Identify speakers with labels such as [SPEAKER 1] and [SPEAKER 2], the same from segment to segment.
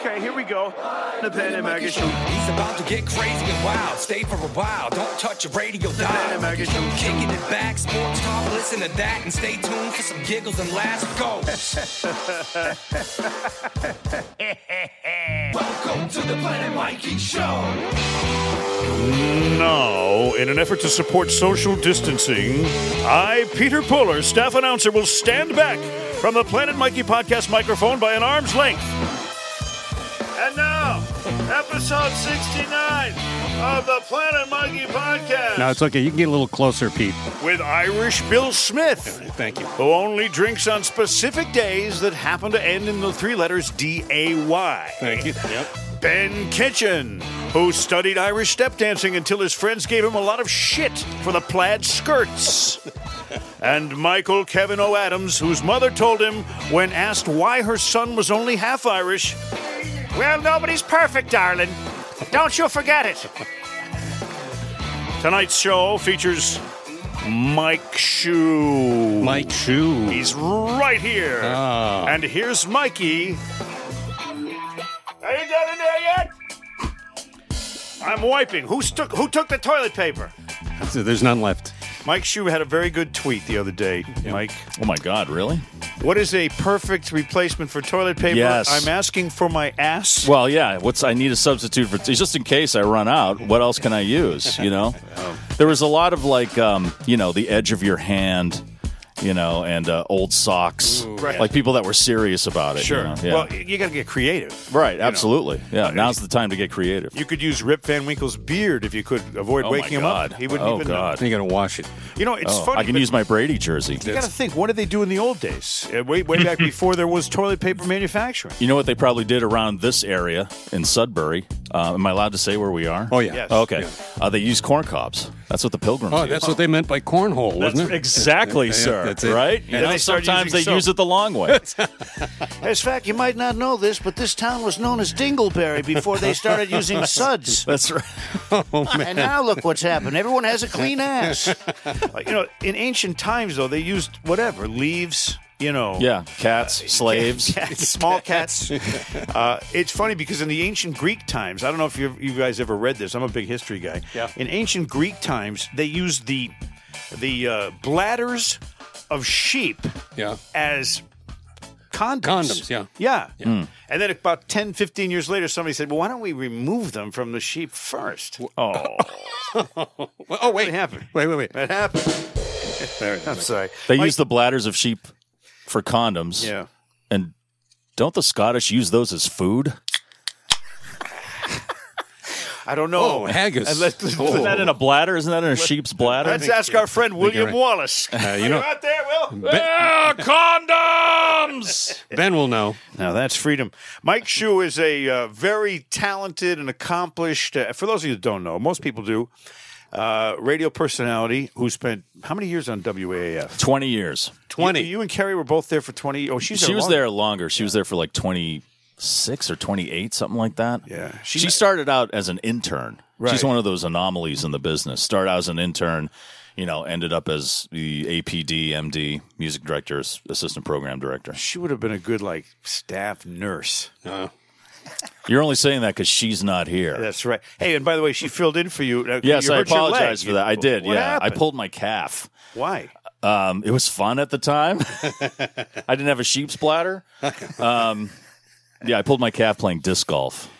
[SPEAKER 1] Okay, here we go. The Pen and Mega Show.
[SPEAKER 2] He's about to get crazy and wild. Stay for a while. Don't touch your radio
[SPEAKER 1] Pen
[SPEAKER 2] dial.
[SPEAKER 1] and Mega Show.
[SPEAKER 2] Kicking it back, sports talk. Listen to that and stay tuned for some giggles and laughs. Go. Welcome to the Planet Mikey Show.
[SPEAKER 3] Now, in an effort to support social distancing, I, Peter Puller, staff announcer, will stand back from the Planet Mikey podcast microphone by an arm's length. And now, episode 69 of the Planet Mikey podcast
[SPEAKER 4] No, it's okay. You can get a little closer, Pete.
[SPEAKER 3] with Irish Bill Smith,
[SPEAKER 4] Thank you.
[SPEAKER 3] who only drinks on specific days that happen to end in the three letters D A Y.
[SPEAKER 4] Thank you. Yep.
[SPEAKER 3] Ben Kitchen, who studied Irish step dancing until his friends gave him a lot of shit for the plaid skirts. and Michael Kevin O. Adams, whose mother told him when asked why her son was only half Irish, Well, nobody's perfect, darling. Don't you forget it. Tonight's show features Mike Shue.
[SPEAKER 4] Mike Shoe.
[SPEAKER 3] He's right here.
[SPEAKER 5] Oh.
[SPEAKER 3] And here's Mikey. Are you down in there yet? I'm wiping. Who took who took the toilet paper?
[SPEAKER 4] There's none left.
[SPEAKER 3] Mike Shue had a very good tweet the other day. Mike,
[SPEAKER 5] Oh my God, really?
[SPEAKER 3] what is a perfect replacement for toilet paper?
[SPEAKER 5] Yes.
[SPEAKER 3] I'm asking for my ass.
[SPEAKER 5] Well, yeah. What's I need a substitute for just in case I run out. What else can I use? You know,
[SPEAKER 3] Oh.
[SPEAKER 5] there was a lot of like, um, you know, the edge of your hand, you know, and uh, old socks,
[SPEAKER 3] Right.
[SPEAKER 5] like people that were serious about it. you
[SPEAKER 3] sure.
[SPEAKER 5] know? Yeah.
[SPEAKER 3] Well, you got to get creative.
[SPEAKER 5] right.
[SPEAKER 3] you know.
[SPEAKER 5] Absolutely. Yeah. Now's the time to get creative.
[SPEAKER 3] You could use Rip Van Winkle's beard if you could avoid
[SPEAKER 5] Oh, my
[SPEAKER 3] waking him
[SPEAKER 5] God.
[SPEAKER 3] up. He wouldn't
[SPEAKER 5] Oh,
[SPEAKER 3] even
[SPEAKER 5] God.
[SPEAKER 4] You gotta wash it.
[SPEAKER 3] know. You know, it's
[SPEAKER 5] Oh,
[SPEAKER 3] funny.
[SPEAKER 5] I can
[SPEAKER 3] but-
[SPEAKER 5] use my Brady jersey.
[SPEAKER 3] You got to think, what did they do in the old days? Uh, Way, way back before there was toilet paper manufacturing.
[SPEAKER 5] You know what they probably did around this area in Sudbury? Uh, am I allowed to say where we are?
[SPEAKER 4] Oh yeah.
[SPEAKER 3] Yes.
[SPEAKER 5] Okay. Uh, they used corn cobs. That's what the pilgrims.
[SPEAKER 4] Oh,
[SPEAKER 5] used.
[SPEAKER 4] that's what they meant by cornhole, wasn't
[SPEAKER 5] That's
[SPEAKER 4] it?
[SPEAKER 5] exactly,
[SPEAKER 4] Yeah,
[SPEAKER 5] sir.
[SPEAKER 4] that's it.
[SPEAKER 5] Right? You
[SPEAKER 3] And
[SPEAKER 5] know,
[SPEAKER 3] they start
[SPEAKER 5] sometimes
[SPEAKER 3] using
[SPEAKER 5] they
[SPEAKER 3] soap.
[SPEAKER 5] use it the long way.
[SPEAKER 1] As fact, you might not know this, but this town was known as Dingleberry before they started using suds.
[SPEAKER 5] That's right.
[SPEAKER 1] And now look what's happened. Everyone has a clean ass.
[SPEAKER 3] Uh, you know, in ancient times, though, they used whatever leaves. You know,
[SPEAKER 5] Yeah, cats, slaves.
[SPEAKER 3] cats, small cats. Uh, it's funny because in the ancient Greek times, I don't know if you you guys ever read this. I'm a big history guy.
[SPEAKER 4] Yeah.
[SPEAKER 3] In ancient Greek times, they used the the uh, bladders of sheep
[SPEAKER 4] Yeah.
[SPEAKER 3] as condoms.
[SPEAKER 4] Condoms, yeah. Hmm.
[SPEAKER 3] Yeah. And then about 10, 15 years later, somebody said, well, why don't we remove them from the sheep first?
[SPEAKER 5] Oh,
[SPEAKER 4] Well, oh wait.
[SPEAKER 3] What happened?
[SPEAKER 4] Wait, wait, wait.
[SPEAKER 3] That happened. I'm sorry.
[SPEAKER 5] they
[SPEAKER 3] Mike-
[SPEAKER 5] use the bladders of sheep for condoms.
[SPEAKER 3] Yeah.
[SPEAKER 5] And don't the Scottish use those as food?
[SPEAKER 3] I don't know.
[SPEAKER 4] Oh, haggis.
[SPEAKER 3] And let's- let's-
[SPEAKER 5] Isn't that in a bladder? Isn't that in a sheep's bladder?
[SPEAKER 3] Let's ask our friend William
[SPEAKER 4] right.
[SPEAKER 3] Wallace.
[SPEAKER 4] Uh, you
[SPEAKER 3] Are
[SPEAKER 4] know-
[SPEAKER 3] you out there, Will?
[SPEAKER 5] Ah, condoms.
[SPEAKER 4] Ben will know.
[SPEAKER 3] Now that's freedom. Mike Shue is a uh, very talented and accomplished. Uh, for those of you that don't know, most people do. Uh, radio personality who spent how many years on WAAF?
[SPEAKER 5] Twenty years.
[SPEAKER 4] Twenty.
[SPEAKER 3] You, you and Carrie were both there for twenty. Oh, she's
[SPEAKER 5] she was
[SPEAKER 3] longer.
[SPEAKER 5] there longer. She was there for like twenty six or twenty eight, something like that.
[SPEAKER 3] Yeah.
[SPEAKER 5] She,
[SPEAKER 3] She-
[SPEAKER 5] started out as an intern.
[SPEAKER 3] Right.
[SPEAKER 5] She's one of those anomalies in the business. Started out as an intern, you know, ended up as the APD, MD, music director's assistant program director.
[SPEAKER 3] She would have been a good like staff nurse.
[SPEAKER 4] Uh,
[SPEAKER 5] You're only saying that because she's not here.
[SPEAKER 3] That's right. Hey, and by the way, she filled in for you. Uh,
[SPEAKER 5] yes,
[SPEAKER 3] you
[SPEAKER 5] I
[SPEAKER 3] hurt your leg.
[SPEAKER 5] apologize for that. I did.
[SPEAKER 3] What
[SPEAKER 5] yeah,
[SPEAKER 3] happened?
[SPEAKER 5] I pulled my calf.
[SPEAKER 3] Why?
[SPEAKER 5] Um, it was fun at the time. I didn't have a sheep's bladder. Um, yeah, I pulled my calf playing disc golf.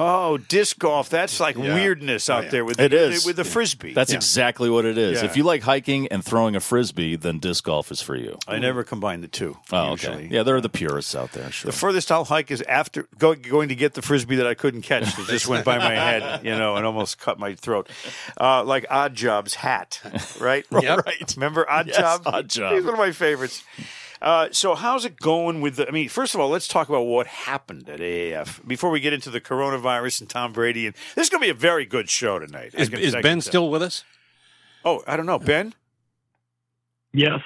[SPEAKER 3] Oh, disc golf. That's like weirdness out there with
[SPEAKER 5] It
[SPEAKER 3] the,
[SPEAKER 5] is.
[SPEAKER 3] with the frisbee.
[SPEAKER 5] That's exactly what it is.
[SPEAKER 3] Yeah.
[SPEAKER 5] If you like hiking and throwing a frisbee, then disc golf is for you.
[SPEAKER 3] I never combine the two.
[SPEAKER 5] Oh,
[SPEAKER 3] usually.
[SPEAKER 5] okay. Yeah, there are the purists out there. Sure.
[SPEAKER 3] The furthest I'll hike is after go, going to get the frisbee that I couldn't catch that just went by my head, you know, and almost cut my throat. Uh, like Odd Job's hat, right?
[SPEAKER 4] Yep.
[SPEAKER 3] Right. Remember Odd
[SPEAKER 5] Yes,
[SPEAKER 3] Job?
[SPEAKER 5] Odd Job.
[SPEAKER 3] He's one of my favorites. Uh, so how's it going with the? I mean, first of all, let's talk about what happened at AAF before we get into the coronavirus and Tom Brady. And this is going to be a very good show tonight. I
[SPEAKER 4] is,
[SPEAKER 3] can-
[SPEAKER 4] is
[SPEAKER 3] I can
[SPEAKER 4] Ben
[SPEAKER 3] tell.
[SPEAKER 4] still with us?
[SPEAKER 3] Oh, I don't know, Ben.
[SPEAKER 6] Yes.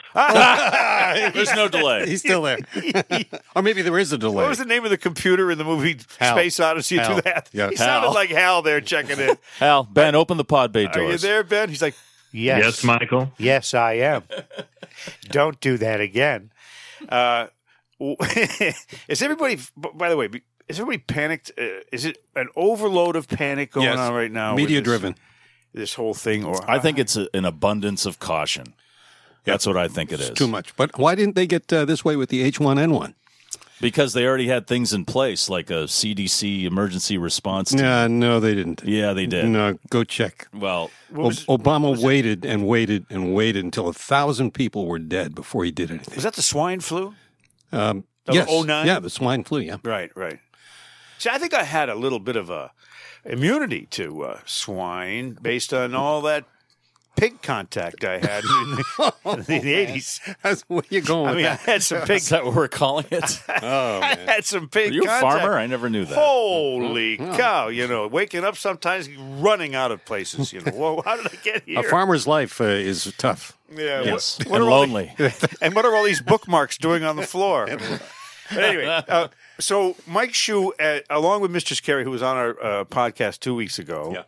[SPEAKER 5] There's no delay.
[SPEAKER 4] He's still there. or maybe there is a delay.
[SPEAKER 3] What was the name of the computer in the movie
[SPEAKER 4] Hal.
[SPEAKER 3] Space Odyssey?
[SPEAKER 4] Hal.
[SPEAKER 3] Do that.
[SPEAKER 4] Yeah.
[SPEAKER 3] He sounded
[SPEAKER 5] Hal.
[SPEAKER 3] like Hal there checking in.
[SPEAKER 5] Hal, Ben, open the pod bay
[SPEAKER 3] Are you
[SPEAKER 5] doors.
[SPEAKER 3] there, Ben? He's like,
[SPEAKER 6] Yes,
[SPEAKER 1] Yes.
[SPEAKER 6] Michael.
[SPEAKER 1] Yes, I am. Don't do that again.
[SPEAKER 3] uh, is everybody? b- By the way, be- is everybody panicked? Uh, is it an overload of panic going
[SPEAKER 4] Yes.
[SPEAKER 3] on right now? with
[SPEAKER 4] Media
[SPEAKER 3] this-
[SPEAKER 4] driven.
[SPEAKER 3] This, whole thing, or
[SPEAKER 5] I think it's a, an abundance of caution. That's what I think it is.
[SPEAKER 4] It's too much. But why didn't they get uh, this way with the H1N1?
[SPEAKER 5] Because they already had things in place like a CDC emergency response team.
[SPEAKER 4] Yeah, no, they didn't.
[SPEAKER 5] Yeah, they did.
[SPEAKER 4] No, go check.
[SPEAKER 5] Well,
[SPEAKER 4] Ob- Obama waited and waited and waited until a thousand people were dead before he did anything.
[SPEAKER 3] was that the swine flu?
[SPEAKER 4] Um,
[SPEAKER 3] Of
[SPEAKER 4] yes,
[SPEAKER 3] 09?
[SPEAKER 4] yeah, the swine flu. Yeah,
[SPEAKER 3] Right, right. See, I think I had a little bit of a immunity to uh, swine based on all that pig contact I had in the- in the eighties.
[SPEAKER 4] that's where you're going.
[SPEAKER 3] I
[SPEAKER 4] with
[SPEAKER 3] mean, I
[SPEAKER 4] that.
[SPEAKER 3] had some pig.
[SPEAKER 5] is that what we're calling it?
[SPEAKER 3] I had some pig.
[SPEAKER 5] Are Oh, you a
[SPEAKER 3] contact.
[SPEAKER 5] farmer? I never knew that. Mm-hmm.
[SPEAKER 3] Holy cow! You know, waking up sometimes running out of places. You know, whoa, how did I get here?
[SPEAKER 4] a farmer's life uh, is tough.
[SPEAKER 3] Yeah, what-
[SPEAKER 5] yes.
[SPEAKER 3] what
[SPEAKER 5] and
[SPEAKER 3] are all the-
[SPEAKER 5] lonely.
[SPEAKER 3] and what are all these bookmarks doing on the floor? But anyway, uh, so Mike Shue, uh, along with Mr. Scary, who was on our uh, podcast two weeks ago,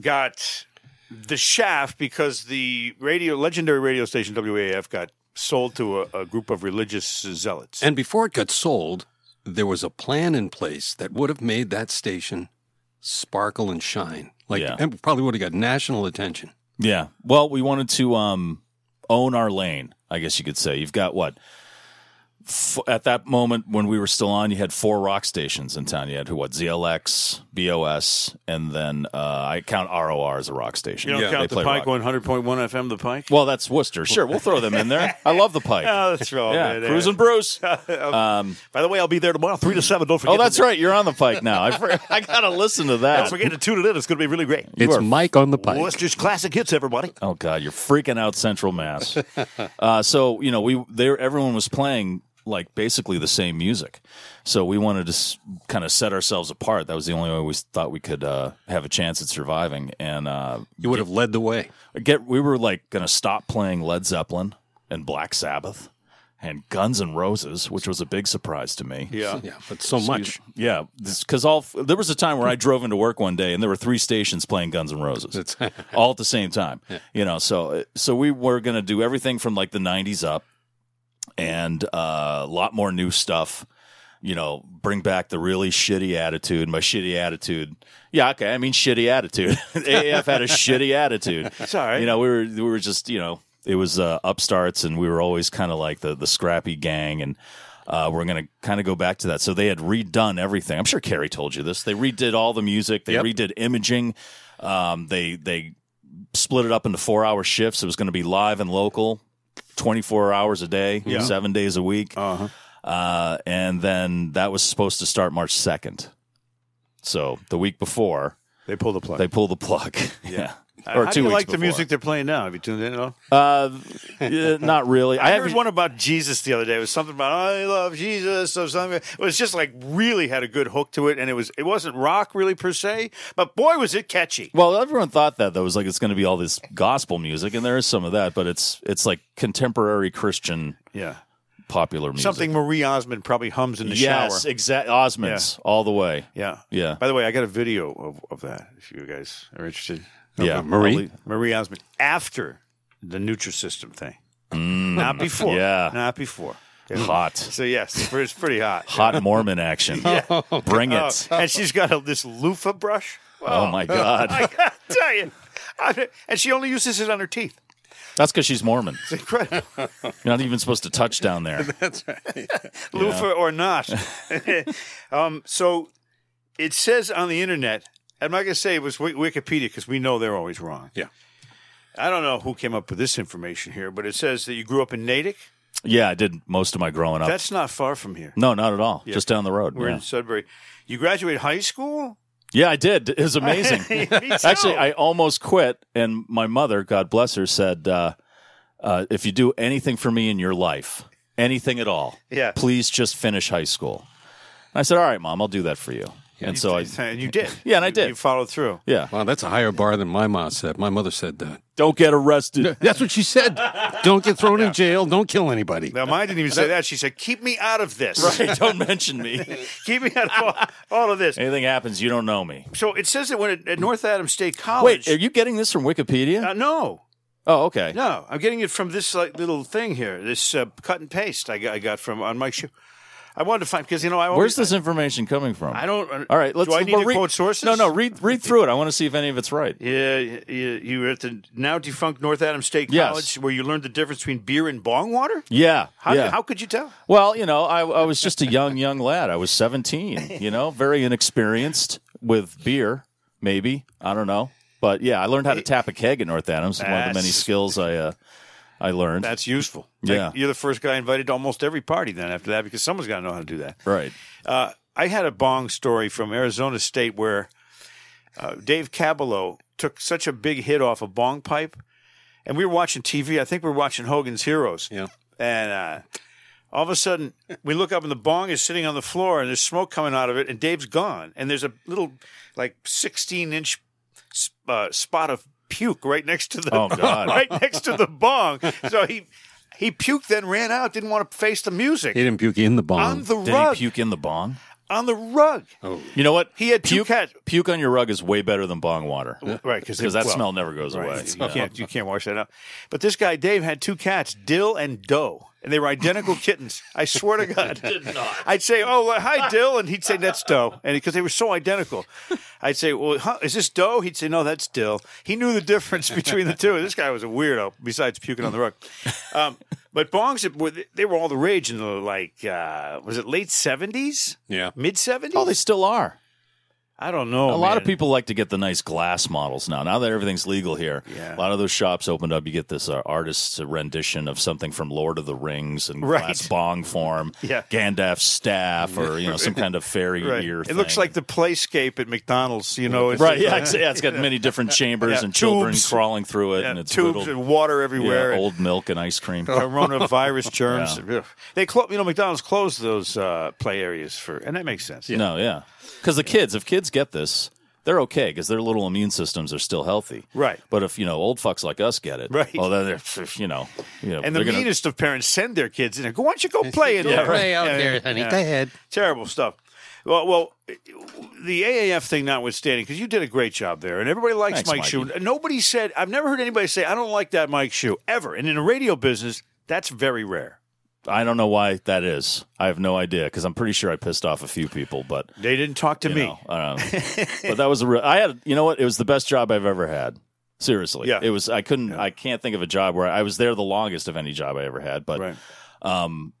[SPEAKER 3] got the shaft because the radio legendary radio station WAF got sold to a, a group of religious zealots.
[SPEAKER 4] And before it got sold, there was a plan in place that would have made that station sparkle and shine. Like,
[SPEAKER 5] Yeah.
[SPEAKER 4] and probably would have got national attention.
[SPEAKER 5] Yeah. Well, we wanted to um, own our lane, I guess you could say. You've got what? F- at that moment when we were still on, you had four rock stations in town. You had who? What? ZLX, BOS, and then uh, I count ROR as a rock station.
[SPEAKER 3] you don't
[SPEAKER 5] Yeah,
[SPEAKER 3] count
[SPEAKER 5] they
[SPEAKER 3] the
[SPEAKER 5] play
[SPEAKER 3] Pike
[SPEAKER 5] rock.
[SPEAKER 3] one hundred point one FM, the Pike.
[SPEAKER 5] Well, that's Worcester. Sure, we'll throw them in there. I love the Pike.
[SPEAKER 3] Oh, that's wrong.
[SPEAKER 5] yeah,
[SPEAKER 3] man.
[SPEAKER 5] Cruz and Bruce.
[SPEAKER 3] By the way, I'll be there tomorrow, three to seven. Don't forget.
[SPEAKER 5] Oh, that's
[SPEAKER 3] to,
[SPEAKER 5] right. You're on the Pike now. I, for- I gotta listen to that.
[SPEAKER 3] Don't forget to tune it in. It's going to be really great.
[SPEAKER 4] it's Mike on the pike.
[SPEAKER 3] Worcester's classic hits, everybody.
[SPEAKER 5] Oh God, you're freaking out Central Mass. uh, so you know we there everyone was playing like basically the same music, so we wanted to s- kind of set ourselves apart. That was the only way we s- thought we could uh, have a chance at surviving. And uh,
[SPEAKER 4] You would have led the way.
[SPEAKER 5] get we were like going to stop playing Led Zeppelin and Black Sabbath and Guns N' Roses, which was a big surprise to me.
[SPEAKER 3] Yeah.
[SPEAKER 4] Yeah, but so much.
[SPEAKER 5] Yeah, because all there was a time where I drove into work one day and there were three stations playing Guns N' Roses, all at the same time. You know, so so we were gonna do everything from like the '90s up, and uh, a lot more new stuff. You know, bring back the really shitty attitude. My shitty attitude. Yeah, okay. I mean, shitty attitude. AAF had a shitty attitude.
[SPEAKER 3] It's all right.
[SPEAKER 5] You know, we were we were just you know it was uh, upstarts, and we were always kind of like the the scrappy gang, and uh, we're gonna kind of go back to that. So they had redone everything. I'm sure Carrie told you this. They redid all the music. They
[SPEAKER 4] Yep.
[SPEAKER 5] redid imaging. Um, they they split it up into four hour shifts. It was going to be live and local, 24 hours a day, seven days a week.
[SPEAKER 3] Uh-huh.
[SPEAKER 5] Uh, and then that was supposed to start March 2nd. So the week before,
[SPEAKER 3] They pull the plug.
[SPEAKER 5] they pulled the plug. Yeah.
[SPEAKER 3] Or Uh, How do you like the
[SPEAKER 5] before.
[SPEAKER 3] music they're playing now? Have you tuned in at all?
[SPEAKER 5] Uh, yeah, not really. I,
[SPEAKER 3] I
[SPEAKER 5] have
[SPEAKER 3] heard one about Jesus the other day. It was something about I love Jesus or something. It was just like really had a good hook to it, and it was it wasn't rock really per se, but boy was it catchy.
[SPEAKER 5] Well, everyone thought that though. It was like it's going to be all this gospel music, and there is some of that, but it's it's like contemporary Christian
[SPEAKER 3] Yeah,
[SPEAKER 5] popular music.
[SPEAKER 3] something Marie Osmond probably hums in the
[SPEAKER 5] yes,
[SPEAKER 3] shower.
[SPEAKER 5] exactly. Osmonds all the way.
[SPEAKER 3] Yeah,
[SPEAKER 5] Yeah.
[SPEAKER 3] By the way, I got a video of, of that. If you guys are interested,
[SPEAKER 5] Yeah,
[SPEAKER 4] Marie?
[SPEAKER 5] I'll leave-
[SPEAKER 3] Marie Osmond after the Nutrisystem thing, not before.
[SPEAKER 5] Mm. Yeah.
[SPEAKER 3] not before.
[SPEAKER 5] Hot,
[SPEAKER 3] So yes, it's pretty hot.
[SPEAKER 5] hot Mormon action. Bring it.
[SPEAKER 3] Oh, and she's got a, this loofah brush.
[SPEAKER 5] Oh my God,
[SPEAKER 3] I gotta tell you. I- and she only uses it on her teeth.
[SPEAKER 5] that's because she's Mormon.
[SPEAKER 3] It's incredible.
[SPEAKER 5] You're not even supposed to touch down there.
[SPEAKER 3] Loofah or not. um, so it says on the internet, I'm not going to say it was Wi- Wikipedia because we know they're always wrong.
[SPEAKER 4] Yeah.
[SPEAKER 3] I don't know who came up with this information here, but it says that you grew up in Natick.
[SPEAKER 5] Yeah, I did most of my growing up.
[SPEAKER 3] That's not far from here.
[SPEAKER 5] no, not at all. Just down the road.
[SPEAKER 3] We're
[SPEAKER 5] Yeah.
[SPEAKER 3] in Sudbury. You graduated high school?
[SPEAKER 5] yeah, I did. It was amazing.
[SPEAKER 3] Me too.
[SPEAKER 5] Actually, I almost quit, and my mother, God bless her, said, uh, uh, "If you do anything for me in your life, anything at all,
[SPEAKER 3] Yeah.
[SPEAKER 5] please just finish high school." And I said, "All right, mom, I'll do that for you." and so I,
[SPEAKER 3] And you did.
[SPEAKER 5] Yeah, and I
[SPEAKER 3] You-
[SPEAKER 5] did.
[SPEAKER 3] You followed through.
[SPEAKER 5] yeah,
[SPEAKER 4] Wow, that's a higher bar than my mom said. My mother said that.
[SPEAKER 5] don't get arrested.
[SPEAKER 4] That's what she said. Don't get thrown in jail. Don't kill anybody.
[SPEAKER 3] Now, mine didn't even say that. She said, keep me out of this.
[SPEAKER 5] right? Don't mention me.
[SPEAKER 3] Keep me out of all, all of this.
[SPEAKER 5] Anything happens, you don't know me.
[SPEAKER 3] So it says that when it, at North Adams State College.
[SPEAKER 5] Wait, are you getting this from Wikipedia?
[SPEAKER 3] Uh, no.
[SPEAKER 5] Oh, okay.
[SPEAKER 1] No, I'm getting it from this like, little thing here, this uh, cut and paste I got, I got from on Mike's show. I wanted to find because you know I
[SPEAKER 5] Where's
[SPEAKER 1] always,
[SPEAKER 5] this information coming from?
[SPEAKER 1] I don't.
[SPEAKER 5] All right, let's.
[SPEAKER 1] Do I need
[SPEAKER 5] well,
[SPEAKER 1] to
[SPEAKER 5] read,
[SPEAKER 1] quote sources?
[SPEAKER 5] No, no. Read read through it. I want to see if any of it's right.
[SPEAKER 1] Yeah, you, you were at the now defunct North Adams State
[SPEAKER 5] Yes.
[SPEAKER 1] College where you learned the difference between beer and bong water.
[SPEAKER 5] Yeah.
[SPEAKER 1] How,
[SPEAKER 5] yeah.
[SPEAKER 1] how could you tell?
[SPEAKER 5] Well, you know, I, I was just a young, young lad. I was 17, you know, very inexperienced with beer, maybe. I don't know. But yeah, I learned how to tap a keg at North Adams. It's one of the many
[SPEAKER 1] That's-
[SPEAKER 5] skills I uh, I learned.
[SPEAKER 1] That's useful.
[SPEAKER 5] Yeah.
[SPEAKER 1] you're the first guy invited to almost every party then after that because someone's got to know how to do that.
[SPEAKER 5] right.
[SPEAKER 1] Uh, I had a bong story from Arizona State where uh, Dave Cabello took such a big hit off a bong pipe, and we were watching TV. I think we were watching Hogan's Heroes.
[SPEAKER 4] Yeah.
[SPEAKER 1] And uh, all of a sudden, we look up and the bong is sitting on the floor, and there's smoke coming out of it, and Dave's gone, and there's a little like 16 inch uh, spot of puke right next to the
[SPEAKER 5] Oh, God.
[SPEAKER 1] right next to the bong. So he he puked, then ran out, didn't want to face the music
[SPEAKER 4] He didn't puke in the bomb.
[SPEAKER 1] on the
[SPEAKER 5] Did
[SPEAKER 1] rug,
[SPEAKER 5] he puke in the bong?
[SPEAKER 1] on the rug.
[SPEAKER 5] You know what?
[SPEAKER 1] He had two
[SPEAKER 5] puke,
[SPEAKER 1] cat-
[SPEAKER 5] puke on your rug is way better than bong water.
[SPEAKER 1] Right, because
[SPEAKER 5] Because that smell never goes away.
[SPEAKER 1] You can't you can't wash that up. But this guy Dave had two cats, Dill and Doe, and they were identical kittens. I swear to God, did not. I'd say, "Oh, well, hi, Dill," and he'd say, "That's Doe," and because they were so identical, I'd say, "Well, huh, is this Doe?" He'd say, "No, that's Dill." He knew the difference between the two. This guy was a weirdo. Besides puking on the rug, um, but bongs were they were all the rage in the like uh, was it late seventies?
[SPEAKER 4] Yeah.
[SPEAKER 1] mid seventies.
[SPEAKER 5] Oh, they still are.
[SPEAKER 1] I don't know.
[SPEAKER 5] a lot of
[SPEAKER 1] man.
[SPEAKER 5] people like to get the nice glass models now. Now that everything's legal here,
[SPEAKER 1] Yeah.
[SPEAKER 5] a lot of those shops opened up. You get this uh, artist's rendition of something from Lord of the Rings in
[SPEAKER 1] Right.
[SPEAKER 5] glass bong form,
[SPEAKER 1] Yeah.
[SPEAKER 5] Gandalf's staff, or you know some kind of fairy
[SPEAKER 1] Right.
[SPEAKER 5] ear.
[SPEAKER 1] It looks like the playscape at McDonald's. You know, it's
[SPEAKER 5] right, yeah, it's, yeah, it's got many different chambers
[SPEAKER 1] Yeah,
[SPEAKER 5] and children
[SPEAKER 1] tubes.
[SPEAKER 5] crawling through it,
[SPEAKER 1] Yeah,
[SPEAKER 5] and it's
[SPEAKER 1] tubes
[SPEAKER 5] riddled-
[SPEAKER 1] and water
[SPEAKER 5] yeah,
[SPEAKER 1] everywhere. and
[SPEAKER 5] old milk and ice cream.
[SPEAKER 1] coronavirus germs. Ugh. They clo- you know, McDonald's closed those uh, play areas for, and that makes sense.
[SPEAKER 5] No, yeah, because the kids, if kids get this. They're okay because their little immune systems are still healthy,
[SPEAKER 1] Right.
[SPEAKER 5] But if you know old fucks like us get it,
[SPEAKER 1] Right.
[SPEAKER 5] Well, then they're you know, you know
[SPEAKER 1] And the
[SPEAKER 5] they're gonna-
[SPEAKER 1] meanest of parents send their kids in there. Go, why don't you go play in there?
[SPEAKER 4] Play out
[SPEAKER 1] Yeah,
[SPEAKER 4] there, honey.
[SPEAKER 1] yeah.
[SPEAKER 4] Go ahead.
[SPEAKER 1] Terrible stuff. Well, well, the AAF thing notwithstanding, because you did a great job there, and everybody likes
[SPEAKER 5] Thanks,
[SPEAKER 1] Mike Shue.
[SPEAKER 5] Mikey.
[SPEAKER 1] Nobody said I've never heard anybody say I don't like that Mike Shue ever, and in the radio business, that's very rare.
[SPEAKER 5] I don't know why that is. I have no idea because I'm pretty sure I pissed off a few people, but
[SPEAKER 1] They didn't talk to
[SPEAKER 5] you
[SPEAKER 1] me.
[SPEAKER 5] know, um, but that was a real. I had you know what? It was the best job I've ever had. Seriously,
[SPEAKER 1] Yeah.
[SPEAKER 5] It was. I couldn't. I can't think of a job where I, was there the longest of any job I ever had. But
[SPEAKER 1] Right.
[SPEAKER 5] um,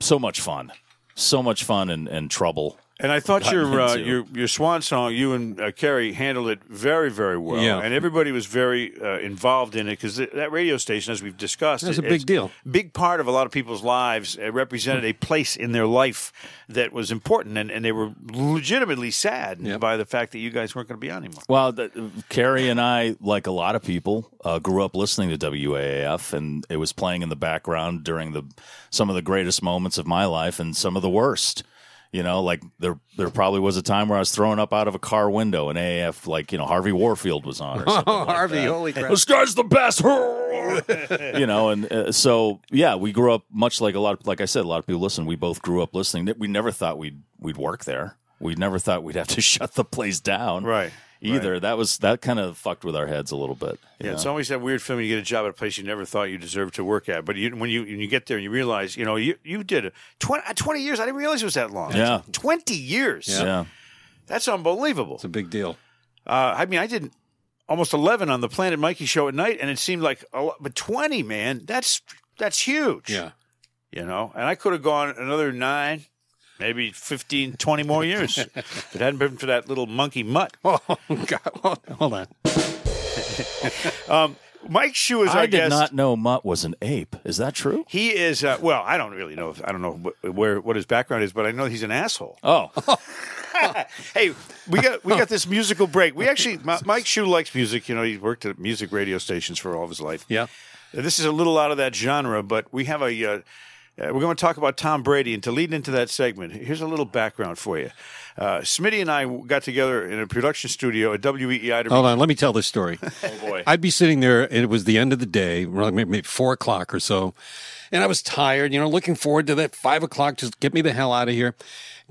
[SPEAKER 5] so much fun, so much fun and, and trouble.
[SPEAKER 1] And I thought
[SPEAKER 5] gotten
[SPEAKER 1] your uh,
[SPEAKER 5] into.
[SPEAKER 1] your your swan song, you and uh, Kerry handled it very very well,
[SPEAKER 4] Yeah.
[SPEAKER 1] and everybody was very uh, involved in it because th- that radio station, as we've discussed,
[SPEAKER 4] That's a
[SPEAKER 1] it-
[SPEAKER 4] big
[SPEAKER 1] it's
[SPEAKER 4] deal.
[SPEAKER 1] big part of a lot of people's lives. It represented a place in their life that was important, and, and they were legitimately sad
[SPEAKER 4] Yep.
[SPEAKER 1] by the fact that you guys weren't going to be on anymore.
[SPEAKER 5] Well, th Carrie and I, like a lot of people, uh, grew up listening to WAAF, and it was playing in the background during the some of the greatest moments of my life and some of the worst. You know, like there there probably was a time where I was thrown up out of a car window, and AAF, like you know, Harvey Warfield was on. Or something
[SPEAKER 4] Oh,
[SPEAKER 5] like
[SPEAKER 4] Harvey,
[SPEAKER 5] that
[SPEAKER 4] holy crap.
[SPEAKER 5] this guy's the best. you know, and uh, so yeah, we grew up much like a lot of, like I said, a lot of people listen. We both grew up listening. We never thought we'd we'd work there. We never thought we'd have to shut the place down,
[SPEAKER 1] Right,
[SPEAKER 5] Either that was that kind of fucked with our heads a little bit. you
[SPEAKER 1] Yeah, it's
[SPEAKER 5] know?
[SPEAKER 1] always that weird feeling you get a job at a place you never thought you deserved to work at, but you, when you when you get there and you realize, you know, you you did it 20, uh, 20 years. I didn't realize it was that long.
[SPEAKER 5] Yeah.
[SPEAKER 1] twenty years.
[SPEAKER 5] yeah.
[SPEAKER 1] That's unbelievable.
[SPEAKER 4] It's a big deal.
[SPEAKER 1] Uh, I mean, I did almost eleven on the Planet Mikey show at night, and it seemed like a lot, but twenty, man, that's that's huge.
[SPEAKER 4] Yeah.
[SPEAKER 1] you know, and I could have gone another nine, maybe 15, 20 more years if it hadn't been for that little monkey mutt.
[SPEAKER 4] Oh, God. Hold- Hold on.
[SPEAKER 1] Mike Shue is our
[SPEAKER 5] I did
[SPEAKER 1] guest.
[SPEAKER 5] not know Mutt was an ape. Is that true?
[SPEAKER 1] He is uh, well. I don't really know. If, I don't know wh- where what his background is, but I know he's an asshole.
[SPEAKER 5] Oh,
[SPEAKER 1] hey, we got we got this musical break. We actually, Mi- Mike Shue likes music. You know, he worked at music radio stations for all of his life.
[SPEAKER 4] Yeah.
[SPEAKER 1] This is a little out of that genre, but we have a. Uh, uh, we're going to talk about Tom Brady, and to lead into that segment, here's a little background for you. Uh, Smitty and I got together in a production studio at WEEI. To
[SPEAKER 4] Hold on. Let me tell this story. Oh,
[SPEAKER 1] boy.
[SPEAKER 4] I'd be sitting there, and it was the end of the day, around maybe maybe four o'clock or so. And I was tired, you know, looking forward to that five o'clock. Just get me the hell out of here.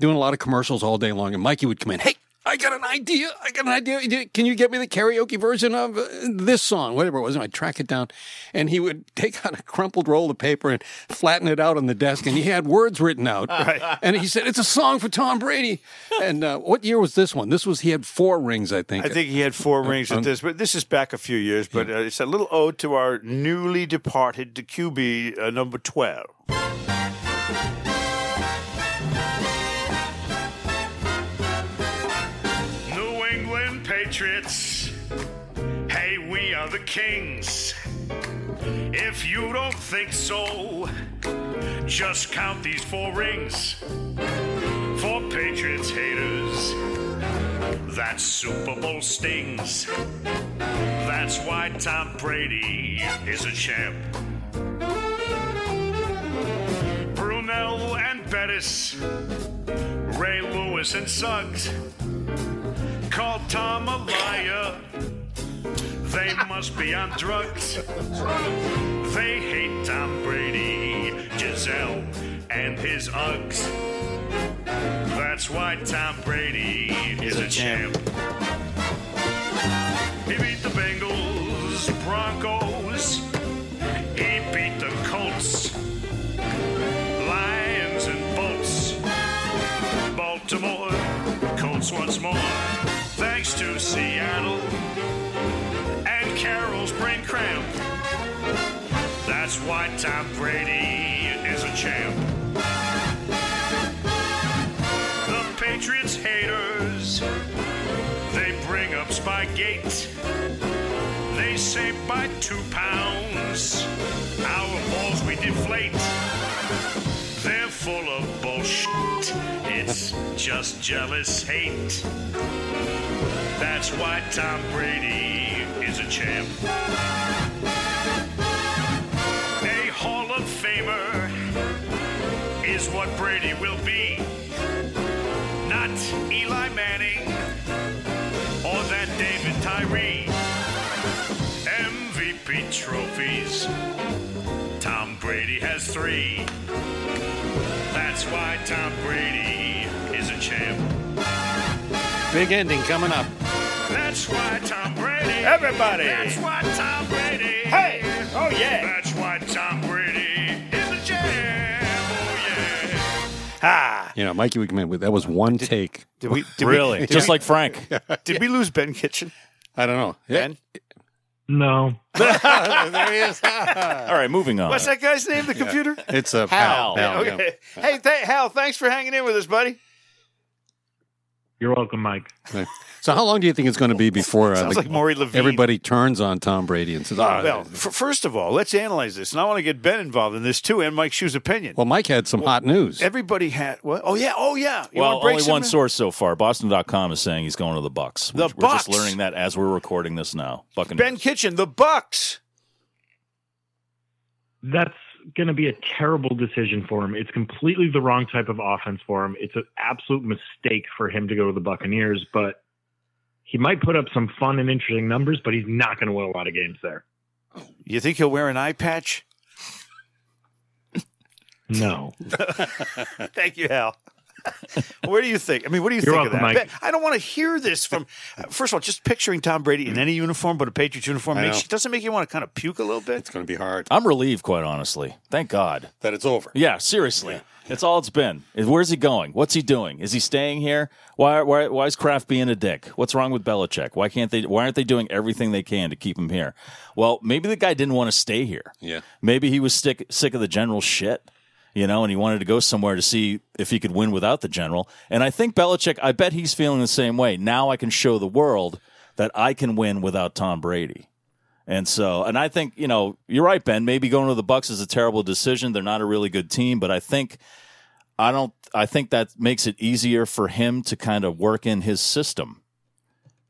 [SPEAKER 4] Doing a lot of commercials all day long. And Mikey would come in, hey, I got an idea. I got an idea. Can you get me the karaoke version of uh, this song, whatever it was? And I'd track it down. And he would take out a crumpled roll of paper and flatten it out on the desk. And he had words written out.
[SPEAKER 1] Right.
[SPEAKER 4] And he said, It's a song for Tom Brady. And uh, what year was this one? This was, he had four rings, I think.
[SPEAKER 1] I think he had four rings at this, but this is back a few years. But uh, it's a little ode to our newly departed QB uh, number twelve.
[SPEAKER 7] New England Patriots. Hey, we are the kings. If you don't think so, just count these four rings. For Patriots haters, that Super Bowl stings. That's why Tom Brady is a champ. Brunel and Bettis, Ray Lewis and Suggs called Tom a liar. They must be on drugs. They hate Tom Brady, Giselle, and his Uggs. That's why Tom Brady is a champ. He beat the Bengals, Broncos. He beat the Colts, Lions, and Bolts. Baltimore, Colts once more. Thanks to Seattle and Carol's brain cramp. That's why Tom Brady is a champ. The Patriots haters, they bring up Spygate. They say by two pounds, our balls we deflate. They're full of bullshit. It's just jealous hate. That's why Tom Brady is a champ. A Hall of Famer is what Brady will be. Not Eli Manning or that David Tyree. MVP trophies. Tom Brady has three. That's why Tom Brady is a champ.
[SPEAKER 4] Big ending coming up.
[SPEAKER 7] That's why Tom Brady.
[SPEAKER 1] Everybody.
[SPEAKER 7] That's why Tom Brady.
[SPEAKER 1] Hey! Oh yeah!
[SPEAKER 7] That's why Tom Brady is a champ. Oh yeah.
[SPEAKER 1] Ah!
[SPEAKER 4] You know, Mikey Wigman, that was one take.
[SPEAKER 1] Did we did
[SPEAKER 5] really,
[SPEAKER 1] We, did
[SPEAKER 5] just
[SPEAKER 1] we-
[SPEAKER 5] like Frank.
[SPEAKER 1] did we lose Ben Kitchen?
[SPEAKER 4] I don't know.
[SPEAKER 1] Ben,
[SPEAKER 8] No.
[SPEAKER 4] there he is.
[SPEAKER 5] All right, moving on.
[SPEAKER 1] what's that guy's name? The computer?
[SPEAKER 4] it's a pal.
[SPEAKER 5] Hal.
[SPEAKER 4] pal, yeah.
[SPEAKER 1] Okay. Hey, th- Hal, thanks for hanging in with us, buddy.
[SPEAKER 8] You're welcome, Mike.
[SPEAKER 4] Okay. So, how long do you think it's going to be before uh,
[SPEAKER 1] Sounds
[SPEAKER 4] the-
[SPEAKER 1] like Maury Levine.
[SPEAKER 4] everybody turns on Tom Brady and says,
[SPEAKER 5] Uh,
[SPEAKER 4] "Ah,
[SPEAKER 1] Well, f- first of all, let's analyze this, and I want to get Ben involved in this too, and Mike Shue's opinion.
[SPEAKER 4] well, Mike had some hot news."
[SPEAKER 1] Everybody had what? Oh yeah, oh yeah. You
[SPEAKER 5] well,
[SPEAKER 1] wanna break
[SPEAKER 5] only
[SPEAKER 1] some-
[SPEAKER 5] one source so far. Boston.com is saying he's going to the Bucks.
[SPEAKER 1] The
[SPEAKER 5] We're- We're
[SPEAKER 1] Bucks!
[SPEAKER 5] just learning that as we're recording this now. Buccaneers.
[SPEAKER 1] Ben Kitchen, the Bucks.
[SPEAKER 8] That's going to be a terrible decision for him. It's completely the wrong type of offense for him. It's an absolute mistake for him to go to the Buccaneers, but he might put up some fun and interesting numbers, but he's not going to win a lot of games there.
[SPEAKER 1] You think he'll wear an eye patch?
[SPEAKER 8] No.
[SPEAKER 1] Thank you, Hal. Where do you think? I mean, what do you
[SPEAKER 8] You're
[SPEAKER 1] think of that?
[SPEAKER 8] welcome, Mike.
[SPEAKER 1] Ben, I don't want to hear this from. First of all, just picturing Tom Brady in any uniform but a Patriots uniform
[SPEAKER 4] I
[SPEAKER 1] makes
[SPEAKER 4] know.
[SPEAKER 1] doesn't make you want to kind of puke a little bit.
[SPEAKER 4] It's going to be hard
[SPEAKER 5] I'm relieved, quite honestly. Thank God.
[SPEAKER 4] that it's over.
[SPEAKER 5] Yeah, seriously. It's all it's been. Is- Where's he going? What's he doing? Is he staying here? Why, why, why is Kraft being a dick? What's wrong with Belichick? Why can't they? Why aren't they doing everything they can to keep him here? Well, maybe the guy didn't want to stay here.
[SPEAKER 4] Yeah.
[SPEAKER 5] Maybe he was sick sick of the general shit, you know, and he wanted to go somewhere to see if he could win without the general. And I think Belichick, I bet he's feeling the same way. Now I can show the world that I can win without Tom Brady. And so, and I think you know, you're right, Ben. Maybe going to the Bucks is a terrible decision. They're not a really good team, but I think I don't. I think that makes it easier for him to kind of work in his system.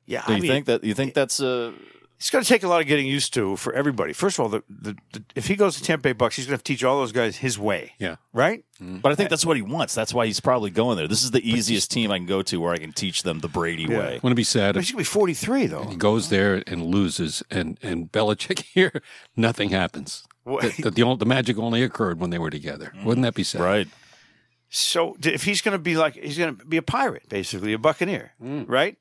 [SPEAKER 1] Yeah,
[SPEAKER 5] Do
[SPEAKER 1] I
[SPEAKER 5] you
[SPEAKER 1] mean,
[SPEAKER 5] think that? You think that's a?
[SPEAKER 1] it's going to take a lot of getting used to for everybody. First of all, the, the, the, if he goes to Tampa Bay Bucks, he's going to have to teach all those guys his way.
[SPEAKER 4] Yeah.
[SPEAKER 1] Right?
[SPEAKER 5] But I think that's what he wants. That's why he's probably going there. This is the easiest team I can go to where I can teach them the Brady way.
[SPEAKER 4] Wouldn't it be sad
[SPEAKER 1] But
[SPEAKER 4] if
[SPEAKER 1] he's going to be 43, though.
[SPEAKER 4] he goes there and loses, and and Belichick here, nothing happens.
[SPEAKER 1] What-
[SPEAKER 4] That- that the, only- the magic only occurred when they were together. Wouldn't that be sad?
[SPEAKER 5] Right.
[SPEAKER 3] So d- if he's going to be like he's going to be a pirate, basically a buccaneer,
[SPEAKER 5] Mm.
[SPEAKER 3] right?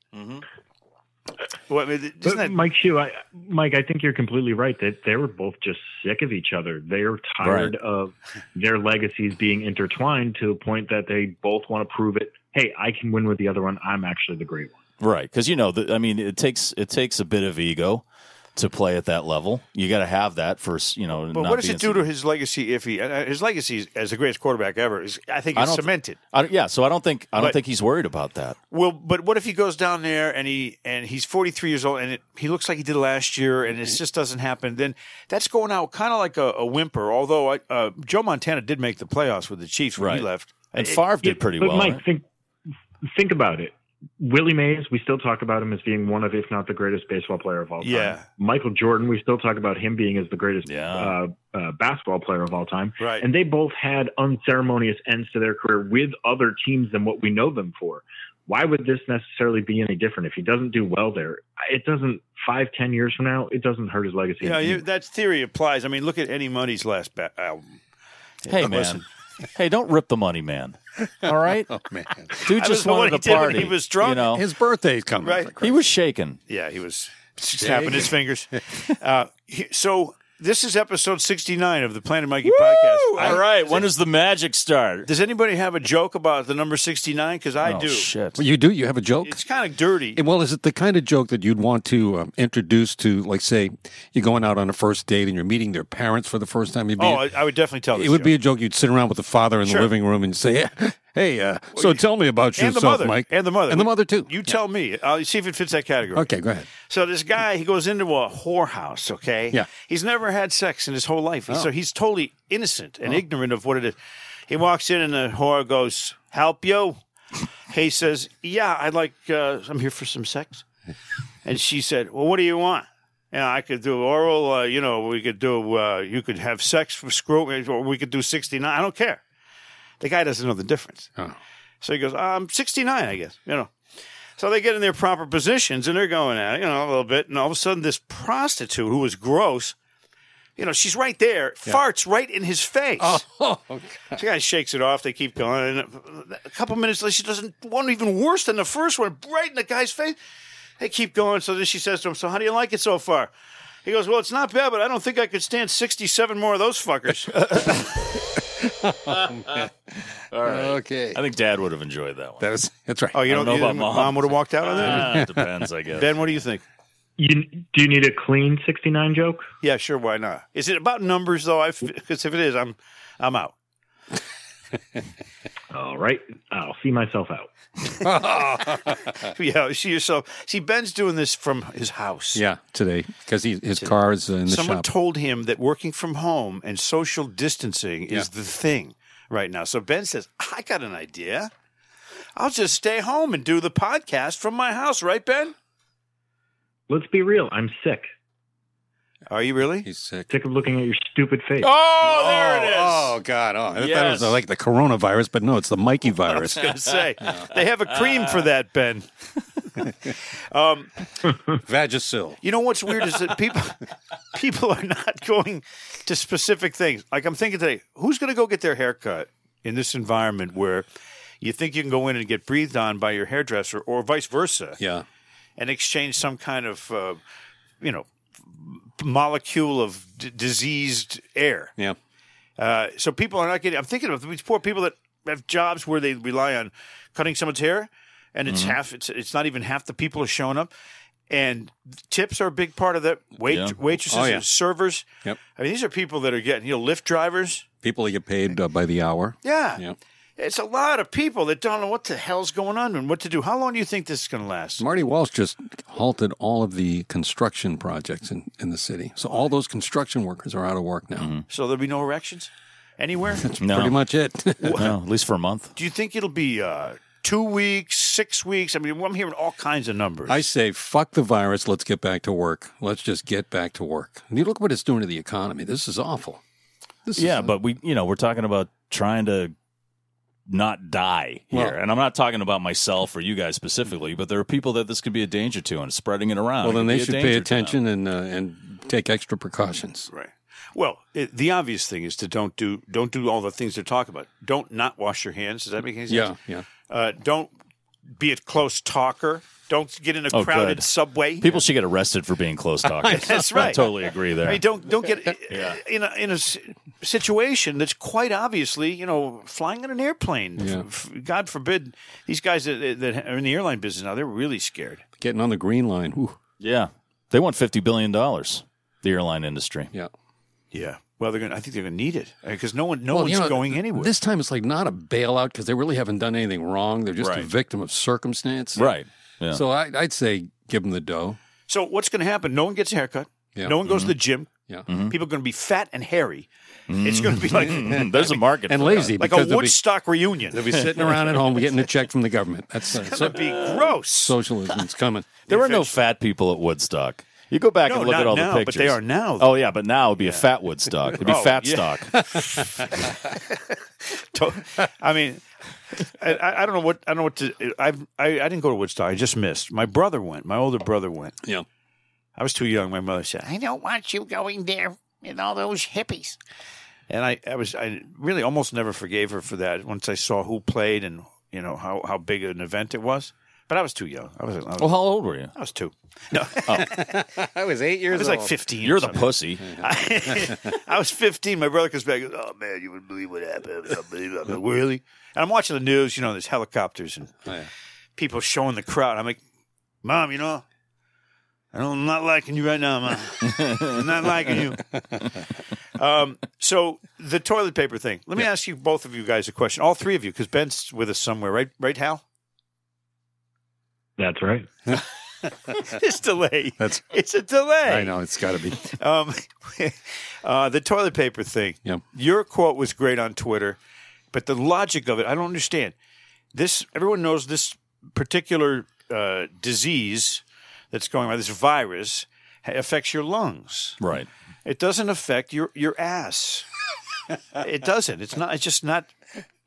[SPEAKER 3] Mm-hmm. Well, I mean, th-
[SPEAKER 8] But
[SPEAKER 3] isn't that
[SPEAKER 8] Mike Shue, I, Mike, I think you're completely right that they were both just sick of each other. They're tired
[SPEAKER 5] Right.
[SPEAKER 8] of their legacies being intertwined to a point that they both want to prove it. Hey, I can win with the other one. I'm actually the great one.
[SPEAKER 5] Right, because you know, the, I mean, it takes it takes a bit of ego to play at that level. You got to have that for s- you know.
[SPEAKER 1] But
[SPEAKER 5] not
[SPEAKER 1] what does
[SPEAKER 5] being-
[SPEAKER 1] it do to his legacy if he uh, his legacy is- as the greatest quarterback ever is I think
[SPEAKER 5] I
[SPEAKER 1] it's
[SPEAKER 5] don't-
[SPEAKER 1] cemented.
[SPEAKER 5] I don't- yeah, so I don't think I don't
[SPEAKER 1] But-
[SPEAKER 5] think he's worried about that.
[SPEAKER 1] Well, but what if he goes down there and he and he's 43 years old and it, he looks like he did last year and it just doesn't happen? Then that's going out kind of like a, a whimper. Although I, uh, Joe Montana did make the playoffs with the Chiefs when
[SPEAKER 5] Right.
[SPEAKER 1] he left.
[SPEAKER 5] And
[SPEAKER 1] It-
[SPEAKER 5] Favre did pretty
[SPEAKER 8] but
[SPEAKER 5] well.
[SPEAKER 8] Mike,
[SPEAKER 5] right?
[SPEAKER 8] think think about it. Willie Mays, we still talk about him as being one of, if not the greatest baseball player of all time.
[SPEAKER 1] Yeah.
[SPEAKER 8] Michael Jordan, we still talk about him being as the greatest
[SPEAKER 5] Yeah.
[SPEAKER 8] uh, uh, basketball player of all time.
[SPEAKER 1] Right.
[SPEAKER 8] And they both had unceremonious ends to their career with other teams than what we know them for. Why would this necessarily be any different? If he doesn't do well there, it doesn't five, ten years from now, it doesn't hurt his legacy.
[SPEAKER 1] You know, you, that theory applies. I mean, look at Eddie Money's last ba- album.
[SPEAKER 5] Hey man,
[SPEAKER 1] listen.
[SPEAKER 5] hey, don't rip the money, man. All right,
[SPEAKER 4] Oh man,
[SPEAKER 5] dude
[SPEAKER 1] I
[SPEAKER 5] just
[SPEAKER 1] don't know
[SPEAKER 5] wanted
[SPEAKER 1] what
[SPEAKER 5] to
[SPEAKER 1] he did when
[SPEAKER 5] party.
[SPEAKER 1] he was drunk.
[SPEAKER 5] You know,
[SPEAKER 4] his birthday's coming.
[SPEAKER 1] Right.
[SPEAKER 4] for Christ's
[SPEAKER 5] he was shaken.
[SPEAKER 1] Yeah, he was snapping his fingers. Uh, he- so this is episode 69 of the Planet Mikey podcast.
[SPEAKER 5] All right, when does the magic start?
[SPEAKER 1] Does anybody have a joke about the number 69? Because I
[SPEAKER 5] oh,
[SPEAKER 1] do.
[SPEAKER 5] Shit.
[SPEAKER 4] Well, you do. You have a joke.
[SPEAKER 1] It's kind of dirty.
[SPEAKER 4] Eh, Well, is it the kind of joke that you'd want to um, introduce to, like, say, you're going out on a first date and you're meeting their parents for the first time? You'd be,
[SPEAKER 1] oh, I, I would definitely tell this
[SPEAKER 4] it would
[SPEAKER 1] joke.
[SPEAKER 4] be a joke you'd sit around with the father in
[SPEAKER 1] Sure.
[SPEAKER 4] the living room and say, "Hey, uh, so tell me about
[SPEAKER 1] and
[SPEAKER 4] yourself,
[SPEAKER 1] the mother,
[SPEAKER 4] Mike,
[SPEAKER 1] and the mother,
[SPEAKER 4] and the mother too."
[SPEAKER 1] You tell me. I'll see if it fits that category.
[SPEAKER 4] okay, go ahead.
[SPEAKER 1] So this guy, he goes into a whorehouse. Okay.
[SPEAKER 4] Yeah.
[SPEAKER 1] He's never had sex in his whole life, so he's totally innocent and ignorant of what it is. He walks in, and the whore goes, "Help you." He says, "Yeah, I'd like. Uh, I'm here for some sex." And she said, "Well, what do you want?" Yeah, I could do oral. Uh, you know, we could do. Uh, you could have sex for screw, or we could do sixty nine. I don't care. The guy doesn't know the difference. So he goes, I'm 69, I guess, you know. So they get in their proper positions and they're going at it, you know, a little bit. And all of a sudden, this prostitute who was gross, you know, she's right there, farts right in his face.
[SPEAKER 5] Oh,
[SPEAKER 1] So the guy shakes it off. They keep going. And a couple minutes later, she doesn't one even worse than the first one, right in the guy's face. They keep going. So then she says to him, So how do you like it so far? He goes, Well, it's not bad, but I don't think I could stand 67 more of those fuckers.
[SPEAKER 4] Okay,
[SPEAKER 5] I think Dad would have enjoyed that one.
[SPEAKER 4] that is that's right.
[SPEAKER 1] Oh, you
[SPEAKER 5] I don't know about mom.
[SPEAKER 1] would have walked out on that?
[SPEAKER 5] Ah, depends, I guess.
[SPEAKER 1] ben, what do you think?
[SPEAKER 8] You- do you need a clean 69 joke?
[SPEAKER 1] Yeah, sure. Why not? Is it about numbers though? I because if it is, I'm I'm out.
[SPEAKER 8] All right. I'll see myself out.
[SPEAKER 4] Uh,
[SPEAKER 1] Yeah, see yourself. See, Ben's doing this from his house.
[SPEAKER 4] yeah, today because his car is in the
[SPEAKER 1] Someone
[SPEAKER 4] shop.
[SPEAKER 1] told him that working from home and social distancing is the thing right now. So Ben says, "I got an idea. I'll just stay home and do the podcast from my house." Right, Ben?
[SPEAKER 8] Let's be real. I'm sick.
[SPEAKER 1] Are you really?
[SPEAKER 4] He's sick.
[SPEAKER 8] Sick of looking at your stupid face.
[SPEAKER 1] Oh, there it is.
[SPEAKER 4] Oh God! Oh, I thought it
[SPEAKER 5] Yes.
[SPEAKER 4] was uh, like the coronavirus, but no, it's the Mikey virus.
[SPEAKER 1] I was gonna say they have a cream for that, Ben. um,
[SPEAKER 4] Vagisil.
[SPEAKER 1] You know what's weird is that people people are not going to specific things. Like I'm thinking today, who's going to go get their hair cut in this environment where you think you can go in and get breathed on by your hairdresser or vice versa
[SPEAKER 4] Yeah.
[SPEAKER 1] and exchange some kind of uh, you know molecule of d- diseased air.
[SPEAKER 4] Yeah.
[SPEAKER 1] Uh, so people are not getting. I'm thinking of these poor people that have jobs where they rely on cutting someone's hair, and
[SPEAKER 4] Mm-hmm.
[SPEAKER 1] it's half. It's it's not even half the people are showing up, and tips are a big part of that. Wait
[SPEAKER 5] Yeah.
[SPEAKER 1] waitresses,
[SPEAKER 4] Oh, yeah.
[SPEAKER 1] and servers.
[SPEAKER 4] Yep.
[SPEAKER 1] I mean, these are people that are getting you know Lyft drivers.
[SPEAKER 4] People that get paid uh, by the hour.
[SPEAKER 1] Yeah.
[SPEAKER 4] Yeah.
[SPEAKER 1] It's a lot of people that don't know what the hell's going on and what to do. How long do you think this is going to last?
[SPEAKER 4] Marty Walsh just halted all of the construction projects in, in the city. So all those construction workers are out of work now.
[SPEAKER 1] So there'll be no erections anywhere.
[SPEAKER 5] Mm-hmm. no,
[SPEAKER 4] Pretty much it.
[SPEAKER 5] no, at least for a month.
[SPEAKER 1] do you think it'll be uh, two weeks, six weeks? I mean, I'm hearing all kinds of numbers.
[SPEAKER 4] I say, fuck the virus. Let's get back to work. Let's just get back to work. And you look what it's doing to the economy. This is awful. This
[SPEAKER 5] Yeah,
[SPEAKER 4] is,
[SPEAKER 5] but we, you know, we're talking about trying to not die here,
[SPEAKER 4] Well-
[SPEAKER 5] and I'm not talking about myself or you guys specifically, but there are people that this could be a danger to, and it's spreading it around.
[SPEAKER 4] well,
[SPEAKER 5] It
[SPEAKER 4] then
[SPEAKER 5] could
[SPEAKER 4] they
[SPEAKER 5] be a
[SPEAKER 4] should pay
[SPEAKER 5] danger to them.
[SPEAKER 4] attention and uh, and take extra precautions.
[SPEAKER 1] Right. Well, it, the obvious thing is to don't do don't do all the things they're talking about. Don't not wash your hands. Does that make any sense?
[SPEAKER 4] Yeah, yeah.
[SPEAKER 1] Uh, don't be a close talker. Don't get in a
[SPEAKER 5] Oh,
[SPEAKER 1] crowded
[SPEAKER 5] good.
[SPEAKER 1] subway.
[SPEAKER 5] People should get arrested for being close talkers.
[SPEAKER 1] That's right.
[SPEAKER 5] I totally agree there.
[SPEAKER 1] I mean, don't don't get in a in a s- situation that's quite obviously you know flying on an airplane.
[SPEAKER 4] Yeah.
[SPEAKER 1] F- God forbid these guys that, that are in the airline business now they're really scared.
[SPEAKER 4] Getting on the green line. Whew.
[SPEAKER 5] yeah, they want fifty billion dollars. The airline industry.
[SPEAKER 4] Yeah.
[SPEAKER 1] Yeah. Well, they're going. to I think they're going to need it because no one no
[SPEAKER 4] Well,
[SPEAKER 1] one's
[SPEAKER 4] you know,
[SPEAKER 1] going anywhere.
[SPEAKER 4] This time it's like not a bailout because they really haven't done anything wrong. They're just a
[SPEAKER 5] Right.
[SPEAKER 4] victim of circumstance.
[SPEAKER 5] Right. Yeah.
[SPEAKER 4] So I, I'd say give them the dough.
[SPEAKER 1] so what's going to happen? No one gets a haircut.
[SPEAKER 4] Yeah. Mm-hmm.
[SPEAKER 1] No one goes to the gym.
[SPEAKER 4] Yeah.
[SPEAKER 1] People are going to be fat and hairy. It's going to be like
[SPEAKER 5] Mm, There's a market
[SPEAKER 4] And
[SPEAKER 5] for
[SPEAKER 4] lazy
[SPEAKER 1] like a
[SPEAKER 4] Mm-hmm. because they'll, be,
[SPEAKER 1] Woodstock reunion.
[SPEAKER 4] they'll be sitting around at home getting a check from the government. That's uh, so,
[SPEAKER 1] That'd be gross.
[SPEAKER 4] socialism's coming.
[SPEAKER 5] that. There were no fat people at Woodstock. You go back
[SPEAKER 1] no,
[SPEAKER 5] and look
[SPEAKER 1] not
[SPEAKER 5] at all
[SPEAKER 1] now,
[SPEAKER 5] the pictures.
[SPEAKER 1] but they are now.
[SPEAKER 5] Oh yeah, but now it'd be a fat Woodstock. It'd be
[SPEAKER 1] Oh,
[SPEAKER 5] fat
[SPEAKER 1] yeah.
[SPEAKER 5] stock.
[SPEAKER 1] To- I mean, I- I, I don't know what I don't know what to. I've, I I didn't go to Woodstock. I just missed. My brother went. My older brother went.
[SPEAKER 4] Yeah.
[SPEAKER 1] I was too young. My mother said, "I don't want you going there with all those hippies." And I, I was I really almost never forgave her for that. Once I saw who played and you know how how big an event it was, but I was too young. I was I was,
[SPEAKER 5] Well, how old were you?
[SPEAKER 1] I was two. No,
[SPEAKER 4] I was eight
[SPEAKER 1] I
[SPEAKER 4] years
[SPEAKER 1] was like fifteen. or
[SPEAKER 5] You're the
[SPEAKER 1] something.
[SPEAKER 5] pussy.
[SPEAKER 1] I was 15. My brother comes back. Goes, oh man, you wouldn't believe what happened. It's unbelievable. I'm like, really? And I'm watching the news. You know, there's helicopters and
[SPEAKER 4] yeah.
[SPEAKER 1] people showing the crowd. I'm like, Mom, you know, I don't, I'm not liking you right now, Mom. I'm not liking you. Um, so the toilet paper thing. Let me ask you both of you guys a question. All three of you, because Ben's with us somewhere, right? Right, Hal?
[SPEAKER 8] That's right.
[SPEAKER 1] This delay.
[SPEAKER 4] That's-
[SPEAKER 1] it's a delay.
[SPEAKER 4] I know it's got to be.
[SPEAKER 1] Um, uh, the toilet paper thing.
[SPEAKER 4] Yeah.
[SPEAKER 1] Your quote was great on Twitter, but the logic of it, I don't understand. This everyone knows this particular uh, disease that's going on. This virus ha- affects your lungs.
[SPEAKER 5] Right.
[SPEAKER 1] It doesn't affect your your ass. it doesn't. It's not. It's just not.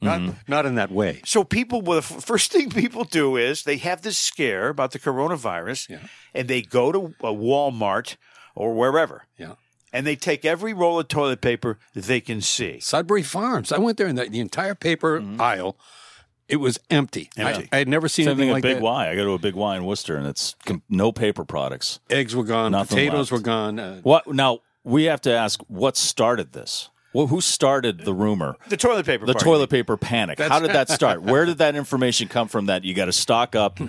[SPEAKER 4] Not, not in that way.
[SPEAKER 1] So people, well, the f- first thing people do is they have this scare about the coronavirus,
[SPEAKER 4] Yeah.
[SPEAKER 1] and they go to a Walmart or wherever,
[SPEAKER 4] Yeah.
[SPEAKER 1] and they take every roll of toilet paper they can see.
[SPEAKER 4] Sudbury Farms. I went there and the, the entire paper aisle, it was empty.
[SPEAKER 1] Empty.
[SPEAKER 4] I, I had never seen
[SPEAKER 5] Same
[SPEAKER 4] anything
[SPEAKER 5] thing at
[SPEAKER 4] like
[SPEAKER 5] Big
[SPEAKER 4] that.
[SPEAKER 5] Y. I go to a Big Y in Worcester, and it's com- no paper products.
[SPEAKER 4] Eggs were gone.
[SPEAKER 5] Nothing
[SPEAKER 4] potatoes
[SPEAKER 5] left.
[SPEAKER 4] were gone. Uh,
[SPEAKER 5] What now? We have to ask what started this. Well, who started the rumor?
[SPEAKER 1] The toilet paper.
[SPEAKER 5] The
[SPEAKER 1] part.
[SPEAKER 5] toilet paper panic. How did that start? Where did that information come from? That you got to stock up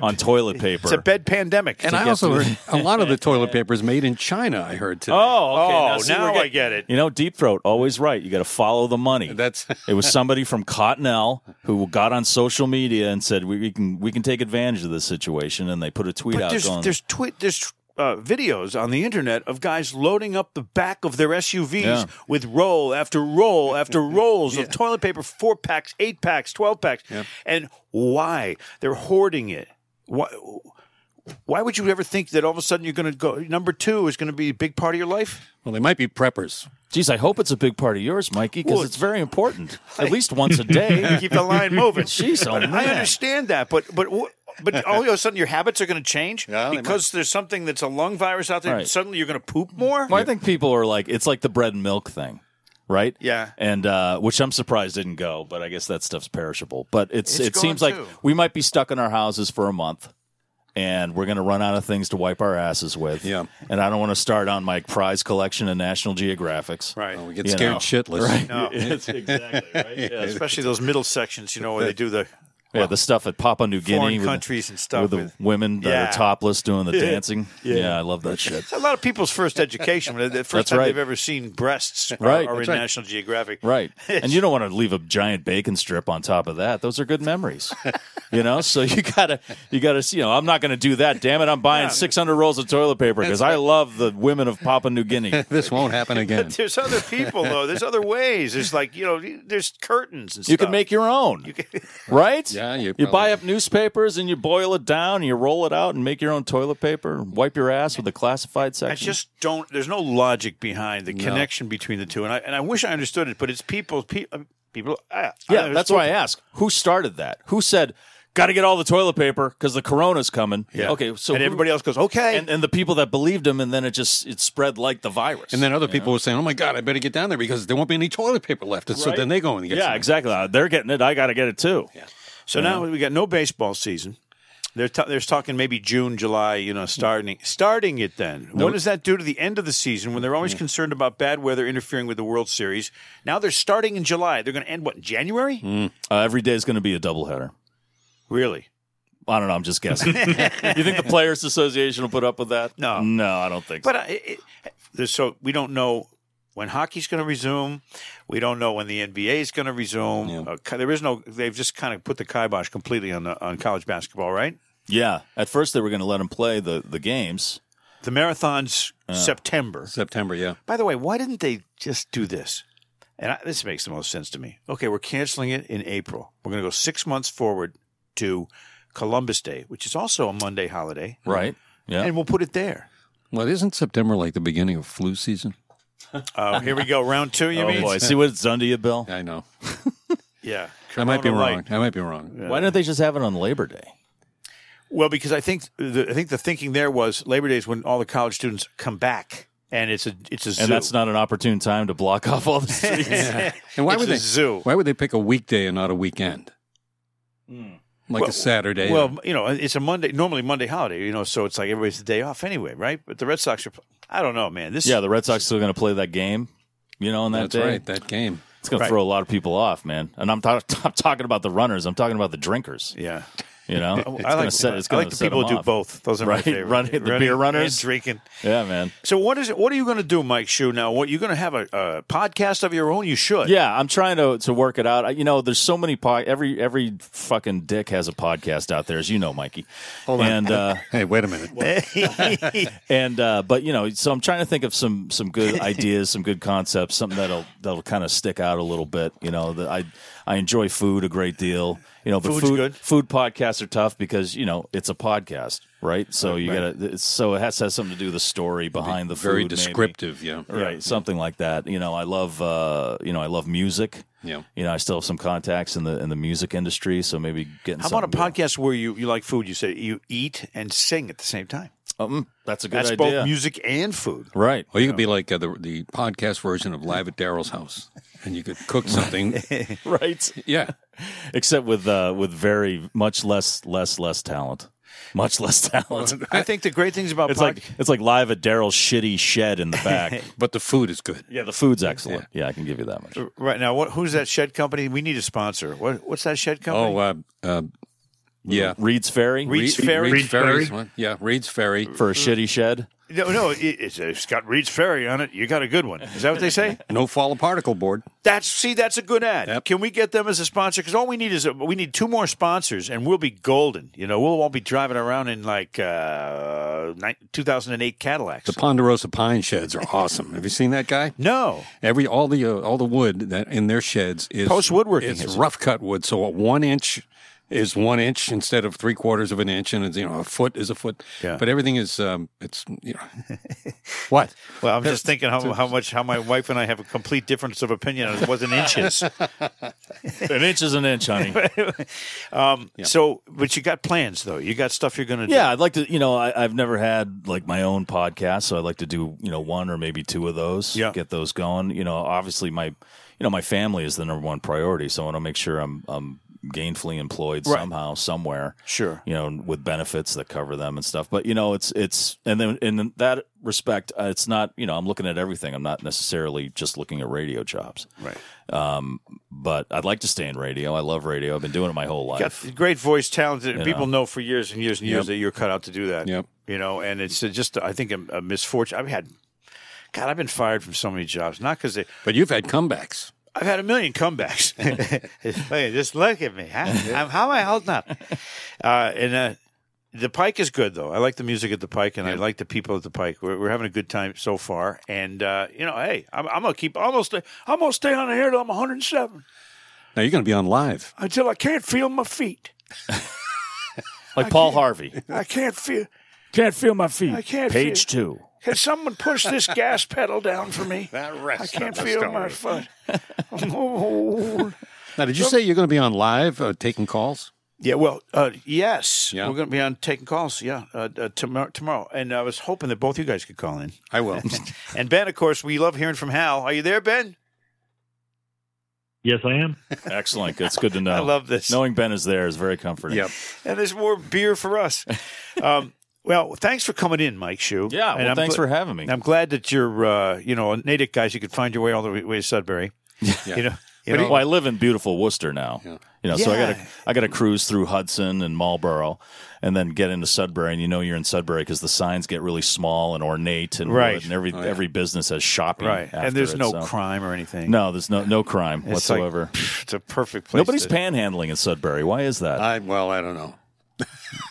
[SPEAKER 5] on toilet paper.
[SPEAKER 1] It's a bed pandemic.
[SPEAKER 4] and I also heard a lot of the toilet paper is made in China. I heard today.
[SPEAKER 5] oh, okay.
[SPEAKER 1] oh,
[SPEAKER 5] see,
[SPEAKER 1] now,
[SPEAKER 5] we're
[SPEAKER 1] I
[SPEAKER 5] getting-
[SPEAKER 1] get it.
[SPEAKER 5] You know, deep throat always right. You got to follow the money.
[SPEAKER 4] that's
[SPEAKER 5] It was somebody from Cottonelle who got on social media and said we, we can we can take advantage of this situation, and they put a tweet
[SPEAKER 1] But
[SPEAKER 5] out.
[SPEAKER 1] there's
[SPEAKER 5] going,
[SPEAKER 1] there's twi- there's uh, videos on the internet of guys loading up the back of their SUVs
[SPEAKER 5] Yeah.
[SPEAKER 1] with roll after roll after rolls of toilet paper, four packs, eight packs, twelve packs, and why they're hoarding it? Why? Why would you ever think that all of a sudden you're going to go number two is going to be a big part of your life?
[SPEAKER 4] well, they might be preppers.
[SPEAKER 5] Geez, I hope it's a big part of yours, Mikey, because
[SPEAKER 1] Well,
[SPEAKER 5] it's very important. At least once a day.
[SPEAKER 1] Keep the line moving.
[SPEAKER 5] Jeez, oh
[SPEAKER 1] But
[SPEAKER 5] man.
[SPEAKER 1] I understand that, but but wh- but all of a sudden your habits are going to change
[SPEAKER 4] Yeah, they
[SPEAKER 1] because there's something that's a lung virus out there.
[SPEAKER 5] Right.
[SPEAKER 1] Suddenly you're going to poop more.
[SPEAKER 5] Well, I think people are like, it's like the bread and milk thing, right?
[SPEAKER 1] Yeah.
[SPEAKER 5] And uh, which I'm surprised didn't go, but I guess that stuff's perishable. But it's,
[SPEAKER 1] It's
[SPEAKER 5] it seems
[SPEAKER 1] gone,
[SPEAKER 5] like
[SPEAKER 1] too.
[SPEAKER 5] we might be stuck in our houses for a month. And we're going to run out of things to wipe our asses with.
[SPEAKER 4] Yeah.
[SPEAKER 5] And I don't want to start on my prize collection of National Geographics.
[SPEAKER 1] Right.
[SPEAKER 4] Oh, we get
[SPEAKER 5] You
[SPEAKER 4] scared
[SPEAKER 5] know.
[SPEAKER 4] shitless.
[SPEAKER 5] It's exactly right. Yeah.
[SPEAKER 1] especially those middle sections, you know, where they do the
[SPEAKER 5] Yeah, the stuff at Papua New Guinea.
[SPEAKER 1] foreign
[SPEAKER 5] with the-
[SPEAKER 1] countries and stuff.
[SPEAKER 5] with the
[SPEAKER 1] with-
[SPEAKER 5] women that
[SPEAKER 1] Yeah.
[SPEAKER 5] are topless doing the dancing. Yeah. I love that shit.
[SPEAKER 1] a lot of people's first education, when they- the first
[SPEAKER 5] That's
[SPEAKER 1] time
[SPEAKER 5] right.
[SPEAKER 1] they've ever seen breasts, are-
[SPEAKER 5] Right.
[SPEAKER 1] are in
[SPEAKER 5] That's right.
[SPEAKER 1] National Geographic,
[SPEAKER 5] Right. And you don't want to leave a giant bacon strip on top of that. Those are good memories. You know, so you gotta you gotta see you know, I'm not gonna do that. Damn it, I'm buying six hundred rolls of toilet paper because I love the women of Papua New Guinea.
[SPEAKER 4] This won't happen again.
[SPEAKER 1] There's other people though. There's other ways. There's like you know, there's curtains and stuff.
[SPEAKER 5] You can make your own. right?
[SPEAKER 4] Yeah, you
[SPEAKER 5] you,
[SPEAKER 4] probably-
[SPEAKER 5] buy up newspapers and you boil it down and you roll it out and make your own toilet paper and wipe your ass with a classified
[SPEAKER 1] I
[SPEAKER 5] section.
[SPEAKER 1] just don't. There's no logic behind the connection between the two, and I and I wish I understood it, but it's uh, people. Pe- people I, I
[SPEAKER 5] Yeah,
[SPEAKER 1] was
[SPEAKER 5] that's why I ask. Who started that? Who said, got to get all the toilet paper because the corona's coming.
[SPEAKER 1] Yeah.
[SPEAKER 5] Okay. So
[SPEAKER 1] and everybody else goes, okay.
[SPEAKER 5] and, and the people that believed him, and then it just it spread like the virus.
[SPEAKER 4] And then other people were saying, "Oh my God, I better get down there because there won't be any toilet paper left." And so
[SPEAKER 5] Right.
[SPEAKER 4] then they go and get
[SPEAKER 5] yeah,
[SPEAKER 4] some.
[SPEAKER 5] exactly. Uh, They're getting it. I got to get it too.
[SPEAKER 1] so now we got no baseball season. They're, t- they're talking maybe June, July, you know, starting starting it then. What does that do to the end of the season when they're always concerned about bad weather interfering with the World Series? Now they're starting in July. They're going to end, what, in January?
[SPEAKER 5] Uh, every day is going to be a doubleheader.
[SPEAKER 1] Really?
[SPEAKER 5] I don't know. I'm just guessing. you think the Players Association will put up with that?
[SPEAKER 1] No.
[SPEAKER 5] no, I don't think. so.
[SPEAKER 1] But uh, it, it, there's- so we don't know when hockey's going to resume. We don't know when the NBA is going to resume. Uh, ki- there is no. They've just kind of put the kibosh completely on the, on college basketball, right?
[SPEAKER 5] yeah, at first they were going to let him play the the games.
[SPEAKER 1] The marathon's September.
[SPEAKER 4] September. Yeah,
[SPEAKER 1] By the way, why didn't they just do this? And I, this makes the most sense to me. Okay, we're canceling it in April. We're going to go six months forward to Columbus Day, which is also a Monday holiday,
[SPEAKER 5] Right. Yeah.
[SPEAKER 1] and we'll put it there.
[SPEAKER 4] well, isn't September like the beginning of flu season?
[SPEAKER 1] Oh, here we go, round two. You
[SPEAKER 5] oh
[SPEAKER 1] mean?
[SPEAKER 5] boy, see what it's done to you, Bill.
[SPEAKER 4] I know.
[SPEAKER 1] Yeah,
[SPEAKER 4] I might be
[SPEAKER 1] Corona
[SPEAKER 4] wrong.
[SPEAKER 1] light.
[SPEAKER 4] I might be wrong.
[SPEAKER 5] Why don't they just have it on Labor Day?
[SPEAKER 1] Well, because I think the, I think the thinking there was Labor Day is when all the college students come back, and it's a it's a zoo.
[SPEAKER 5] And that's not an opportune time to block off all the streets.
[SPEAKER 4] And why
[SPEAKER 1] It's
[SPEAKER 4] would
[SPEAKER 1] a
[SPEAKER 4] they?
[SPEAKER 1] zoo.
[SPEAKER 4] Why would they pick a weekday and not a weekend?
[SPEAKER 5] Hmm.
[SPEAKER 4] Like a Saturday.
[SPEAKER 1] well, you know, it's a Monday. Normally Monday holiday, you know, so it's like everybody's the day off anyway, right? But the Red Sox are. I don't know, man. This
[SPEAKER 5] yeah, the Red Sox still going to play that game. You know, on that
[SPEAKER 4] that's
[SPEAKER 5] day,
[SPEAKER 4] right. That game.
[SPEAKER 5] it's going to throw a lot of people off, man. And I'm, ta- I'm talking about the runners. I'm talking about the drinkers.
[SPEAKER 1] yeah.
[SPEAKER 5] You know, it's
[SPEAKER 1] Oh, I
[SPEAKER 5] gonna
[SPEAKER 1] like
[SPEAKER 5] set- it's
[SPEAKER 1] I
[SPEAKER 5] gonna
[SPEAKER 1] like the
[SPEAKER 5] set
[SPEAKER 1] people
[SPEAKER 5] them
[SPEAKER 1] who do
[SPEAKER 5] off.
[SPEAKER 1] both. Those are my
[SPEAKER 5] Right,
[SPEAKER 1] favorite.
[SPEAKER 5] running- the beer runners.
[SPEAKER 1] and drinking.
[SPEAKER 5] Yeah, man.
[SPEAKER 1] So what is it? What are you going to do, Mike Shu? Now, what you're going to have a, a podcast of your own? You should.
[SPEAKER 5] Yeah, I'm trying to to work it out. I- You know, there's so many pod. Every every fucking dick has a podcast out there, as you know, Mikey. Hold on. And uh,
[SPEAKER 4] Hey, wait a minute.
[SPEAKER 5] and uh, but you know, so I'm trying to think of some some good ideas, some good concepts, something that'll that'll kind of stick out a little bit. You know, that I I enjoy food a great deal. You know, but
[SPEAKER 1] Food's
[SPEAKER 5] food
[SPEAKER 1] good.
[SPEAKER 5] food podcasts are tough because you know it's a podcast, right? So you gotta it's- so it has to have something to do with the story behind the
[SPEAKER 4] Very
[SPEAKER 5] food, maybe.
[SPEAKER 4] descriptive. Yeah.
[SPEAKER 5] Right, something like that. You know, I love uh, you know I love music.
[SPEAKER 4] Yeah.
[SPEAKER 5] you know, I still have some contacts in the in the music industry, so maybe getting
[SPEAKER 1] How about a
[SPEAKER 5] something to-
[SPEAKER 1] podcast where you, you like food? You say you eat and sing at the same time.
[SPEAKER 5] Um, that's a good
[SPEAKER 1] That's
[SPEAKER 5] idea.
[SPEAKER 1] both music and food.
[SPEAKER 5] Right.
[SPEAKER 4] Or you could be like uh, the the podcast version of Live at Daryl's house, and you could cook something.
[SPEAKER 5] Right.
[SPEAKER 4] yeah.
[SPEAKER 5] Except with uh, with very much less less less talent. Much less talent.
[SPEAKER 1] I think the great things about
[SPEAKER 5] It's
[SPEAKER 1] podcasts.
[SPEAKER 5] like it's like live at Daryl's shitty shed in the back.
[SPEAKER 4] But the food is good.
[SPEAKER 5] yeah, the food's excellent. Yeah. I can give you that much.
[SPEAKER 1] Right now, what, who's that shed company? We need a sponsor. What, what's that shed company?
[SPEAKER 4] Oh, uh, uh, yeah.
[SPEAKER 5] Reed's Ferry
[SPEAKER 1] Reed's
[SPEAKER 4] Reed-
[SPEAKER 1] Ferry?
[SPEAKER 4] Reed's
[SPEAKER 8] Reed's
[SPEAKER 4] Ferry's
[SPEAKER 8] Ferry?
[SPEAKER 4] one. Yeah, Reed's Ferry.
[SPEAKER 5] for a shitty shed.
[SPEAKER 1] no, no, it, it's, it's got Reed's Ferry on it. You got a good one. Is that what they say?
[SPEAKER 4] No fall of particle board.
[SPEAKER 1] That's see, that's a good ad.
[SPEAKER 4] Yep.
[SPEAKER 1] Can we get them as a sponsor? Because all we need is a, we need two more sponsors, and we'll be golden. You know, we'll all be driving around in like uh, ni- 2008 Cadillacs.
[SPEAKER 4] The Ponderosa pine sheds are awesome. Have you seen that guy?
[SPEAKER 1] no,
[SPEAKER 4] Every all the uh, all the wood that in their sheds is
[SPEAKER 1] Post woodworking,
[SPEAKER 4] It's
[SPEAKER 1] is it?
[SPEAKER 4] rough cut wood, so a one inch is one inch instead of three quarters of an inch, and it's, you know a foot is a foot.
[SPEAKER 1] Yeah.
[SPEAKER 4] But everything is um, it's you know what
[SPEAKER 1] well, I'm just thinking how, how much how my wife and I have a complete difference of opinion on what's in inches.
[SPEAKER 5] An inch is an inch, honey.
[SPEAKER 1] So, but you got plans though. You got stuff you're going to do.
[SPEAKER 5] Yeah, I'd like to. You know, I, I've never had like my own podcast, so I'd like to do you know one or maybe two of those.
[SPEAKER 1] Yeah.
[SPEAKER 5] get those going. You know, obviously my you know my family is the number one priority, so I want to make sure I'm I'm gainfully employed
[SPEAKER 1] Right.
[SPEAKER 5] somehow, somewhere.
[SPEAKER 1] Sure.
[SPEAKER 5] you know, with benefits that cover them and stuff. But you know, it's it's and then in that respect, uh, it's not you know I'm looking at everything. I'm not necessarily just looking at radio jobs.
[SPEAKER 1] Right.
[SPEAKER 5] Um, But I'd like to stay in radio. I love radio. I've been doing it my whole
[SPEAKER 1] got
[SPEAKER 5] life.
[SPEAKER 1] great voice, talented. and People know for years and years and years that you're cut out to do that.
[SPEAKER 4] Yep.
[SPEAKER 1] You know, and it's just I think a, a misfortune. I've had, God, I've been fired from so many jobs. Not because they,
[SPEAKER 4] But you've had comebacks.
[SPEAKER 1] I've had a million comebacks. Hey, just look at me. Huh? I'm, how am I holding up? Uh, and uh, the Pike is good though. I like the music at the Pike, and I like the people at the Pike. We're, we're having a good time so far. And uh, you know, hey, I'm, I'm gonna keep almost. I'm gonna stay on here till I'm 107
[SPEAKER 4] Now you're going to be on live.
[SPEAKER 1] until I can't feel my feet.
[SPEAKER 5] Like Paul Harvey,
[SPEAKER 1] I can't feel.
[SPEAKER 5] can't feel my feet.
[SPEAKER 1] I can't
[SPEAKER 5] Page
[SPEAKER 1] feel-
[SPEAKER 5] two.
[SPEAKER 1] Can someone push this gas pedal down for me? I
[SPEAKER 4] rest
[SPEAKER 1] can't feel my foot. Oh.
[SPEAKER 4] Now, did you say you're going to be on live uh, taking calls?
[SPEAKER 3] Yeah, well, uh, yes,
[SPEAKER 4] Yeah.
[SPEAKER 3] we're going to be on taking calls. Yeah, uh, uh, tomorrow, tomorrow, and I was hoping that both you guys could call in.
[SPEAKER 4] I will.
[SPEAKER 3] And Ben, of course, we love hearing from Hal. Are you there, Ben?
[SPEAKER 8] Yes, I am.
[SPEAKER 5] Excellent. That's good to know.
[SPEAKER 3] I love this.
[SPEAKER 5] Knowing Ben is there is very comforting.
[SPEAKER 4] yep.
[SPEAKER 3] And there's more beer for us. um, well, thanks for coming in, Mike Shu.
[SPEAKER 5] Yeah.
[SPEAKER 3] and
[SPEAKER 5] Well, thanks
[SPEAKER 3] gl-
[SPEAKER 5] for having me.
[SPEAKER 3] I'm glad that you're, uh, you know, Natick guys. You could find your way all the way to Sudbury. You know, you know.
[SPEAKER 5] well, I live in beautiful Worcester now. You know, so I
[SPEAKER 3] Yeah.
[SPEAKER 5] got to I got to cruise through Hudson and Marlboro, and then get into Sudbury, and you know you're in Sudbury because the signs get really small and ornate, and
[SPEAKER 3] Right. Oh,
[SPEAKER 5] wood, and every every business has shopping,
[SPEAKER 3] right?
[SPEAKER 5] after
[SPEAKER 3] And there's
[SPEAKER 5] it,
[SPEAKER 3] no
[SPEAKER 5] so.
[SPEAKER 3] crime or anything.
[SPEAKER 5] No, there's no no crime
[SPEAKER 3] It's like-
[SPEAKER 5] whatsoever.
[SPEAKER 3] it's a perfect place.
[SPEAKER 5] Nobody's
[SPEAKER 3] to-
[SPEAKER 5] panhandling in Sudbury. Why is that?
[SPEAKER 4] I well, I don't know.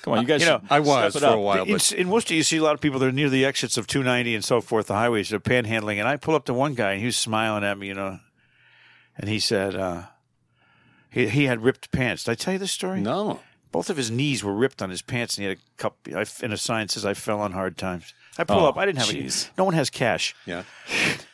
[SPEAKER 5] Come on, you guys.
[SPEAKER 3] you know,
[SPEAKER 5] should
[SPEAKER 4] I was
[SPEAKER 5] step
[SPEAKER 4] for
[SPEAKER 5] it up.
[SPEAKER 4] a while, but
[SPEAKER 3] It's, in Worcester, you see a lot of people that are near the exits of 290 and so forth, the highways, they're panhandling. And I pull up to one guy, and he was smiling at me, you know, and he said, uh, he, he had ripped pants. Did I tell you this story?
[SPEAKER 4] no.
[SPEAKER 3] Both of his knees were ripped on his pants, and he had a cup I, and a sign says, "I fell on hard times." I pull
[SPEAKER 5] Oh,
[SPEAKER 3] up. I didn't have any.
[SPEAKER 5] jeez.
[SPEAKER 3] No one has cash,
[SPEAKER 4] Yeah.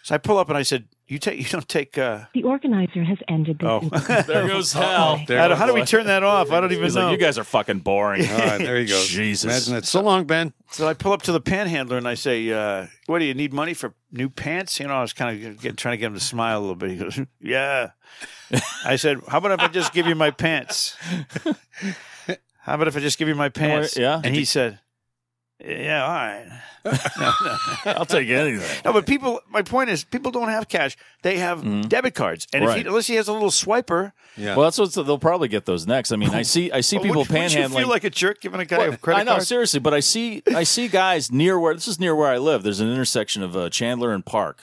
[SPEAKER 3] so I pull up and I said, "You take. You don't take." Uh,
[SPEAKER 9] The organizer has ended this.
[SPEAKER 3] Oh.
[SPEAKER 9] meeting.
[SPEAKER 5] There goes hell.
[SPEAKER 4] There
[SPEAKER 3] how do- how do
[SPEAKER 4] it
[SPEAKER 3] we
[SPEAKER 4] was.
[SPEAKER 3] turn that off? I don't even
[SPEAKER 5] He's
[SPEAKER 3] know.
[SPEAKER 5] like, you guys are fucking boring.
[SPEAKER 4] All right, there you go.
[SPEAKER 5] Jesus.
[SPEAKER 4] Imagine that. So long, Ben.
[SPEAKER 3] So I pull up to the panhandler and I say, uh, "What do you need money for new pants?" You know, I was kind of get, trying to get him to smile a little bit. He goes, "Yeah." I said, "How about if I just give you my pants?" How about if I just give you my pants?
[SPEAKER 5] yeah.
[SPEAKER 3] And he said, "Yeah, all right."
[SPEAKER 5] I'll take anything.
[SPEAKER 3] No, but people. My point is, people don't have cash; they have debit cards, and if
[SPEAKER 5] Right.
[SPEAKER 3] he, unless he has a little swiper,
[SPEAKER 4] Yeah.
[SPEAKER 5] Well, that's what they'll probably get those next. I mean, I see I see
[SPEAKER 3] well,
[SPEAKER 5] people
[SPEAKER 3] would, would you
[SPEAKER 5] panhandling.
[SPEAKER 3] feel like a jerk giving a guy
[SPEAKER 5] Well,
[SPEAKER 3] a credit
[SPEAKER 5] I know,
[SPEAKER 3] card?
[SPEAKER 5] seriously, but I see I see guys near where this is near where I live. There's an intersection of uh, Chandler and Park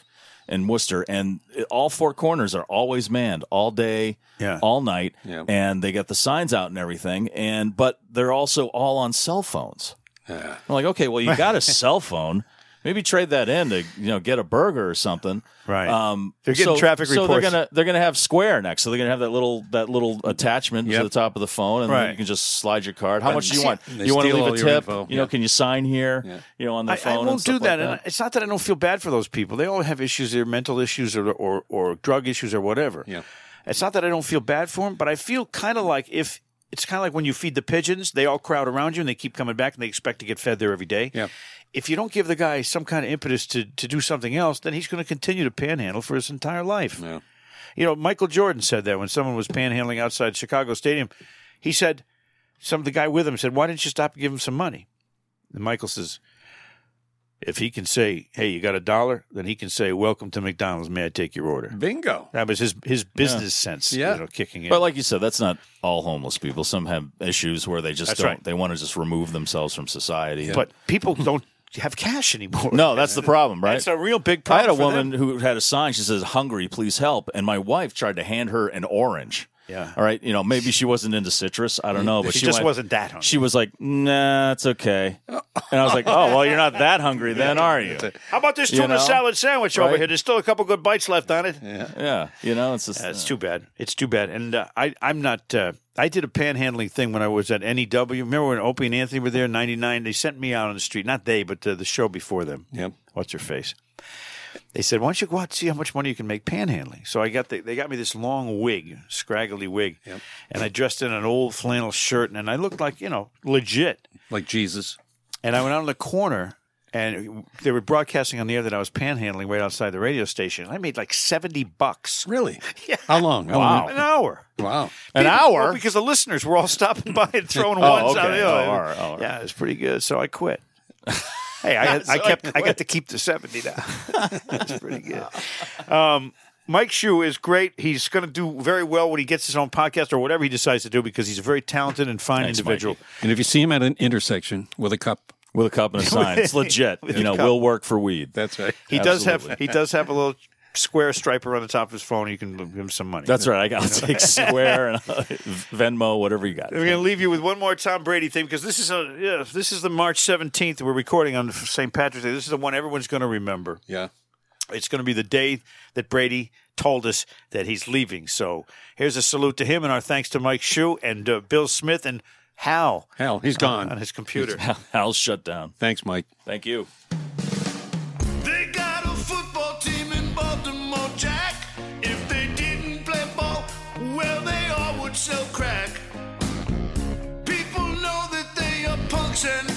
[SPEAKER 5] in Worcester, and it- all four corners are always manned all day,
[SPEAKER 3] Yeah.
[SPEAKER 5] all night,
[SPEAKER 4] Yeah.
[SPEAKER 5] and they got the signs out and everything. And but they're also all on cell phones. I'm like, okay, well, you got a cell phone. Maybe trade that in to you know get a burger or something.
[SPEAKER 3] Right.
[SPEAKER 5] Um,
[SPEAKER 3] They're getting
[SPEAKER 5] so-
[SPEAKER 3] traffic
[SPEAKER 5] So
[SPEAKER 3] reports.
[SPEAKER 5] they're gonna they're gonna have Square next. So they're gonna have that little that little attachment
[SPEAKER 4] Yep.
[SPEAKER 5] to the top of the phone, and
[SPEAKER 3] Right.
[SPEAKER 5] then you can just slide your card. How much do you want?
[SPEAKER 4] They
[SPEAKER 5] you want to
[SPEAKER 4] steal
[SPEAKER 5] leave
[SPEAKER 4] all
[SPEAKER 5] a
[SPEAKER 4] your
[SPEAKER 5] tip?
[SPEAKER 4] info.
[SPEAKER 5] You know,
[SPEAKER 4] Yeah.
[SPEAKER 5] can you sign here?
[SPEAKER 4] Yeah.
[SPEAKER 5] You know, on the
[SPEAKER 3] I,
[SPEAKER 5] phone.
[SPEAKER 3] I
[SPEAKER 5] and
[SPEAKER 3] won't do
[SPEAKER 5] stuff
[SPEAKER 3] that.
[SPEAKER 5] like
[SPEAKER 3] and I- it's not that I don't feel bad for those people. They all have issues, their mental issues or, or or drug issues or whatever.
[SPEAKER 4] Yeah.
[SPEAKER 3] It's not that I don't feel bad for them, but I feel kind of like if it's kind of like when you feed the pigeons, they all crowd around you and they keep coming back and they expect to get fed there every day.
[SPEAKER 4] Yeah.
[SPEAKER 3] If you don't give the guy some kind of impetus to, to do something else, then he's going to continue to panhandle for his entire life.
[SPEAKER 4] Yeah.
[SPEAKER 3] You know, Michael Jordan said that when someone was panhandling outside Chicago Stadium. He said, some the guy with him said, "Why didn't you stop and give him some money?" And Michael says, "If he can say, hey, you got a dollar, then he can say, welcome to McDonald's. May I take your order?'"
[SPEAKER 4] Bingo.
[SPEAKER 3] That was his his business sense,
[SPEAKER 4] Yeah.
[SPEAKER 3] you know, kicking in.
[SPEAKER 5] But like you said, that's not all homeless people. Some have issues where they just
[SPEAKER 3] That's
[SPEAKER 5] don't.
[SPEAKER 3] right.
[SPEAKER 5] They want to just remove themselves from society.
[SPEAKER 3] but people don't have cash anymore.
[SPEAKER 5] no, that's the problem, right?
[SPEAKER 3] that's a real big
[SPEAKER 5] I
[SPEAKER 3] problem.
[SPEAKER 5] had a
[SPEAKER 3] for them.
[SPEAKER 5] woman who had a sign. She says, "Hungry, please help." And my wife tried to hand her an orange.
[SPEAKER 3] Yeah.
[SPEAKER 5] All right. You know, maybe she wasn't into citrus. I don't know, but
[SPEAKER 3] She
[SPEAKER 5] she,
[SPEAKER 3] just
[SPEAKER 5] went-
[SPEAKER 3] wasn't that hungry.
[SPEAKER 5] She was like, "Nah, it's okay." And I was like, "Oh, well, you're not that hungry, then, are you?"
[SPEAKER 3] How about this
[SPEAKER 5] you
[SPEAKER 3] tuna
[SPEAKER 5] know,
[SPEAKER 3] salad sandwich over
[SPEAKER 5] right?
[SPEAKER 3] here? There's still a couple good bites left on it.
[SPEAKER 5] Yeah. You know, it's just.
[SPEAKER 3] That's too bad. It's too bad. And uh, I, I'm not. Uh, I did a panhandling thing when I was at NEW. Remember when Opie and Anthony were there in '99? They sent me out on the street. Not they, but uh, the show before them.
[SPEAKER 4] Yep.
[SPEAKER 3] What's your face? They said, "Why don't you go out and see how much money you can make panhandling?" So I got the, they got me this long wig, scraggly wig, and I dressed in an old flannel shirt, and I looked like you know legit.
[SPEAKER 4] Like Jesus.
[SPEAKER 3] And I went out in the corner, and they were broadcasting on the air that I was panhandling right outside the radio station. I made like seventy bucks.
[SPEAKER 4] Really? Yeah. How long? How long?
[SPEAKER 3] An hour.
[SPEAKER 4] Wow.
[SPEAKER 5] An
[SPEAKER 3] People-
[SPEAKER 5] hour?
[SPEAKER 3] well, because the listeners were all stopping by and throwing
[SPEAKER 5] Oh,
[SPEAKER 3] ones out.
[SPEAKER 5] okay.
[SPEAKER 3] you know.
[SPEAKER 5] Oh, all right, all right.
[SPEAKER 3] Yeah, it was pretty good. So I quit. hey, I, I kept. I got to keep the seventy now. That's pretty good. Um, Mike Shue is great. He's going to do very well when he gets his own podcast or whatever he decides to do because he's a very talented and fine
[SPEAKER 5] Thanks,
[SPEAKER 3] individual.
[SPEAKER 4] And if you see him at an intersection with a cup,
[SPEAKER 5] With a cup and a sign, it's legit. you know, we'll work for weed.
[SPEAKER 4] that's right.
[SPEAKER 3] He does have.
[SPEAKER 5] Absolutely.
[SPEAKER 3] He does have a little square striper on the top of his phone. You can give him some money.
[SPEAKER 5] That's right. I got to take Square and uh, Venmo, whatever you got.
[SPEAKER 3] We're going to leave you with one more Tom Brady thing because this is a yeah, this is the March seventeenth. We're recording on St. Patrick's Day. This is the one everyone's going to remember.
[SPEAKER 4] Yeah.
[SPEAKER 3] It's going to be the day that Brady told us that he's leaving. So here's a salute to him and our thanks to Mike Shue and uh, Bill Smith and Hal
[SPEAKER 4] Hell, he's gone.
[SPEAKER 3] on his computer.
[SPEAKER 5] Hal's shut down.
[SPEAKER 4] Thanks, Mike.
[SPEAKER 5] Thank you.
[SPEAKER 7] They got a football team in Baltimore, Jack. If they didn't play ball, well, they all would sell crack. listen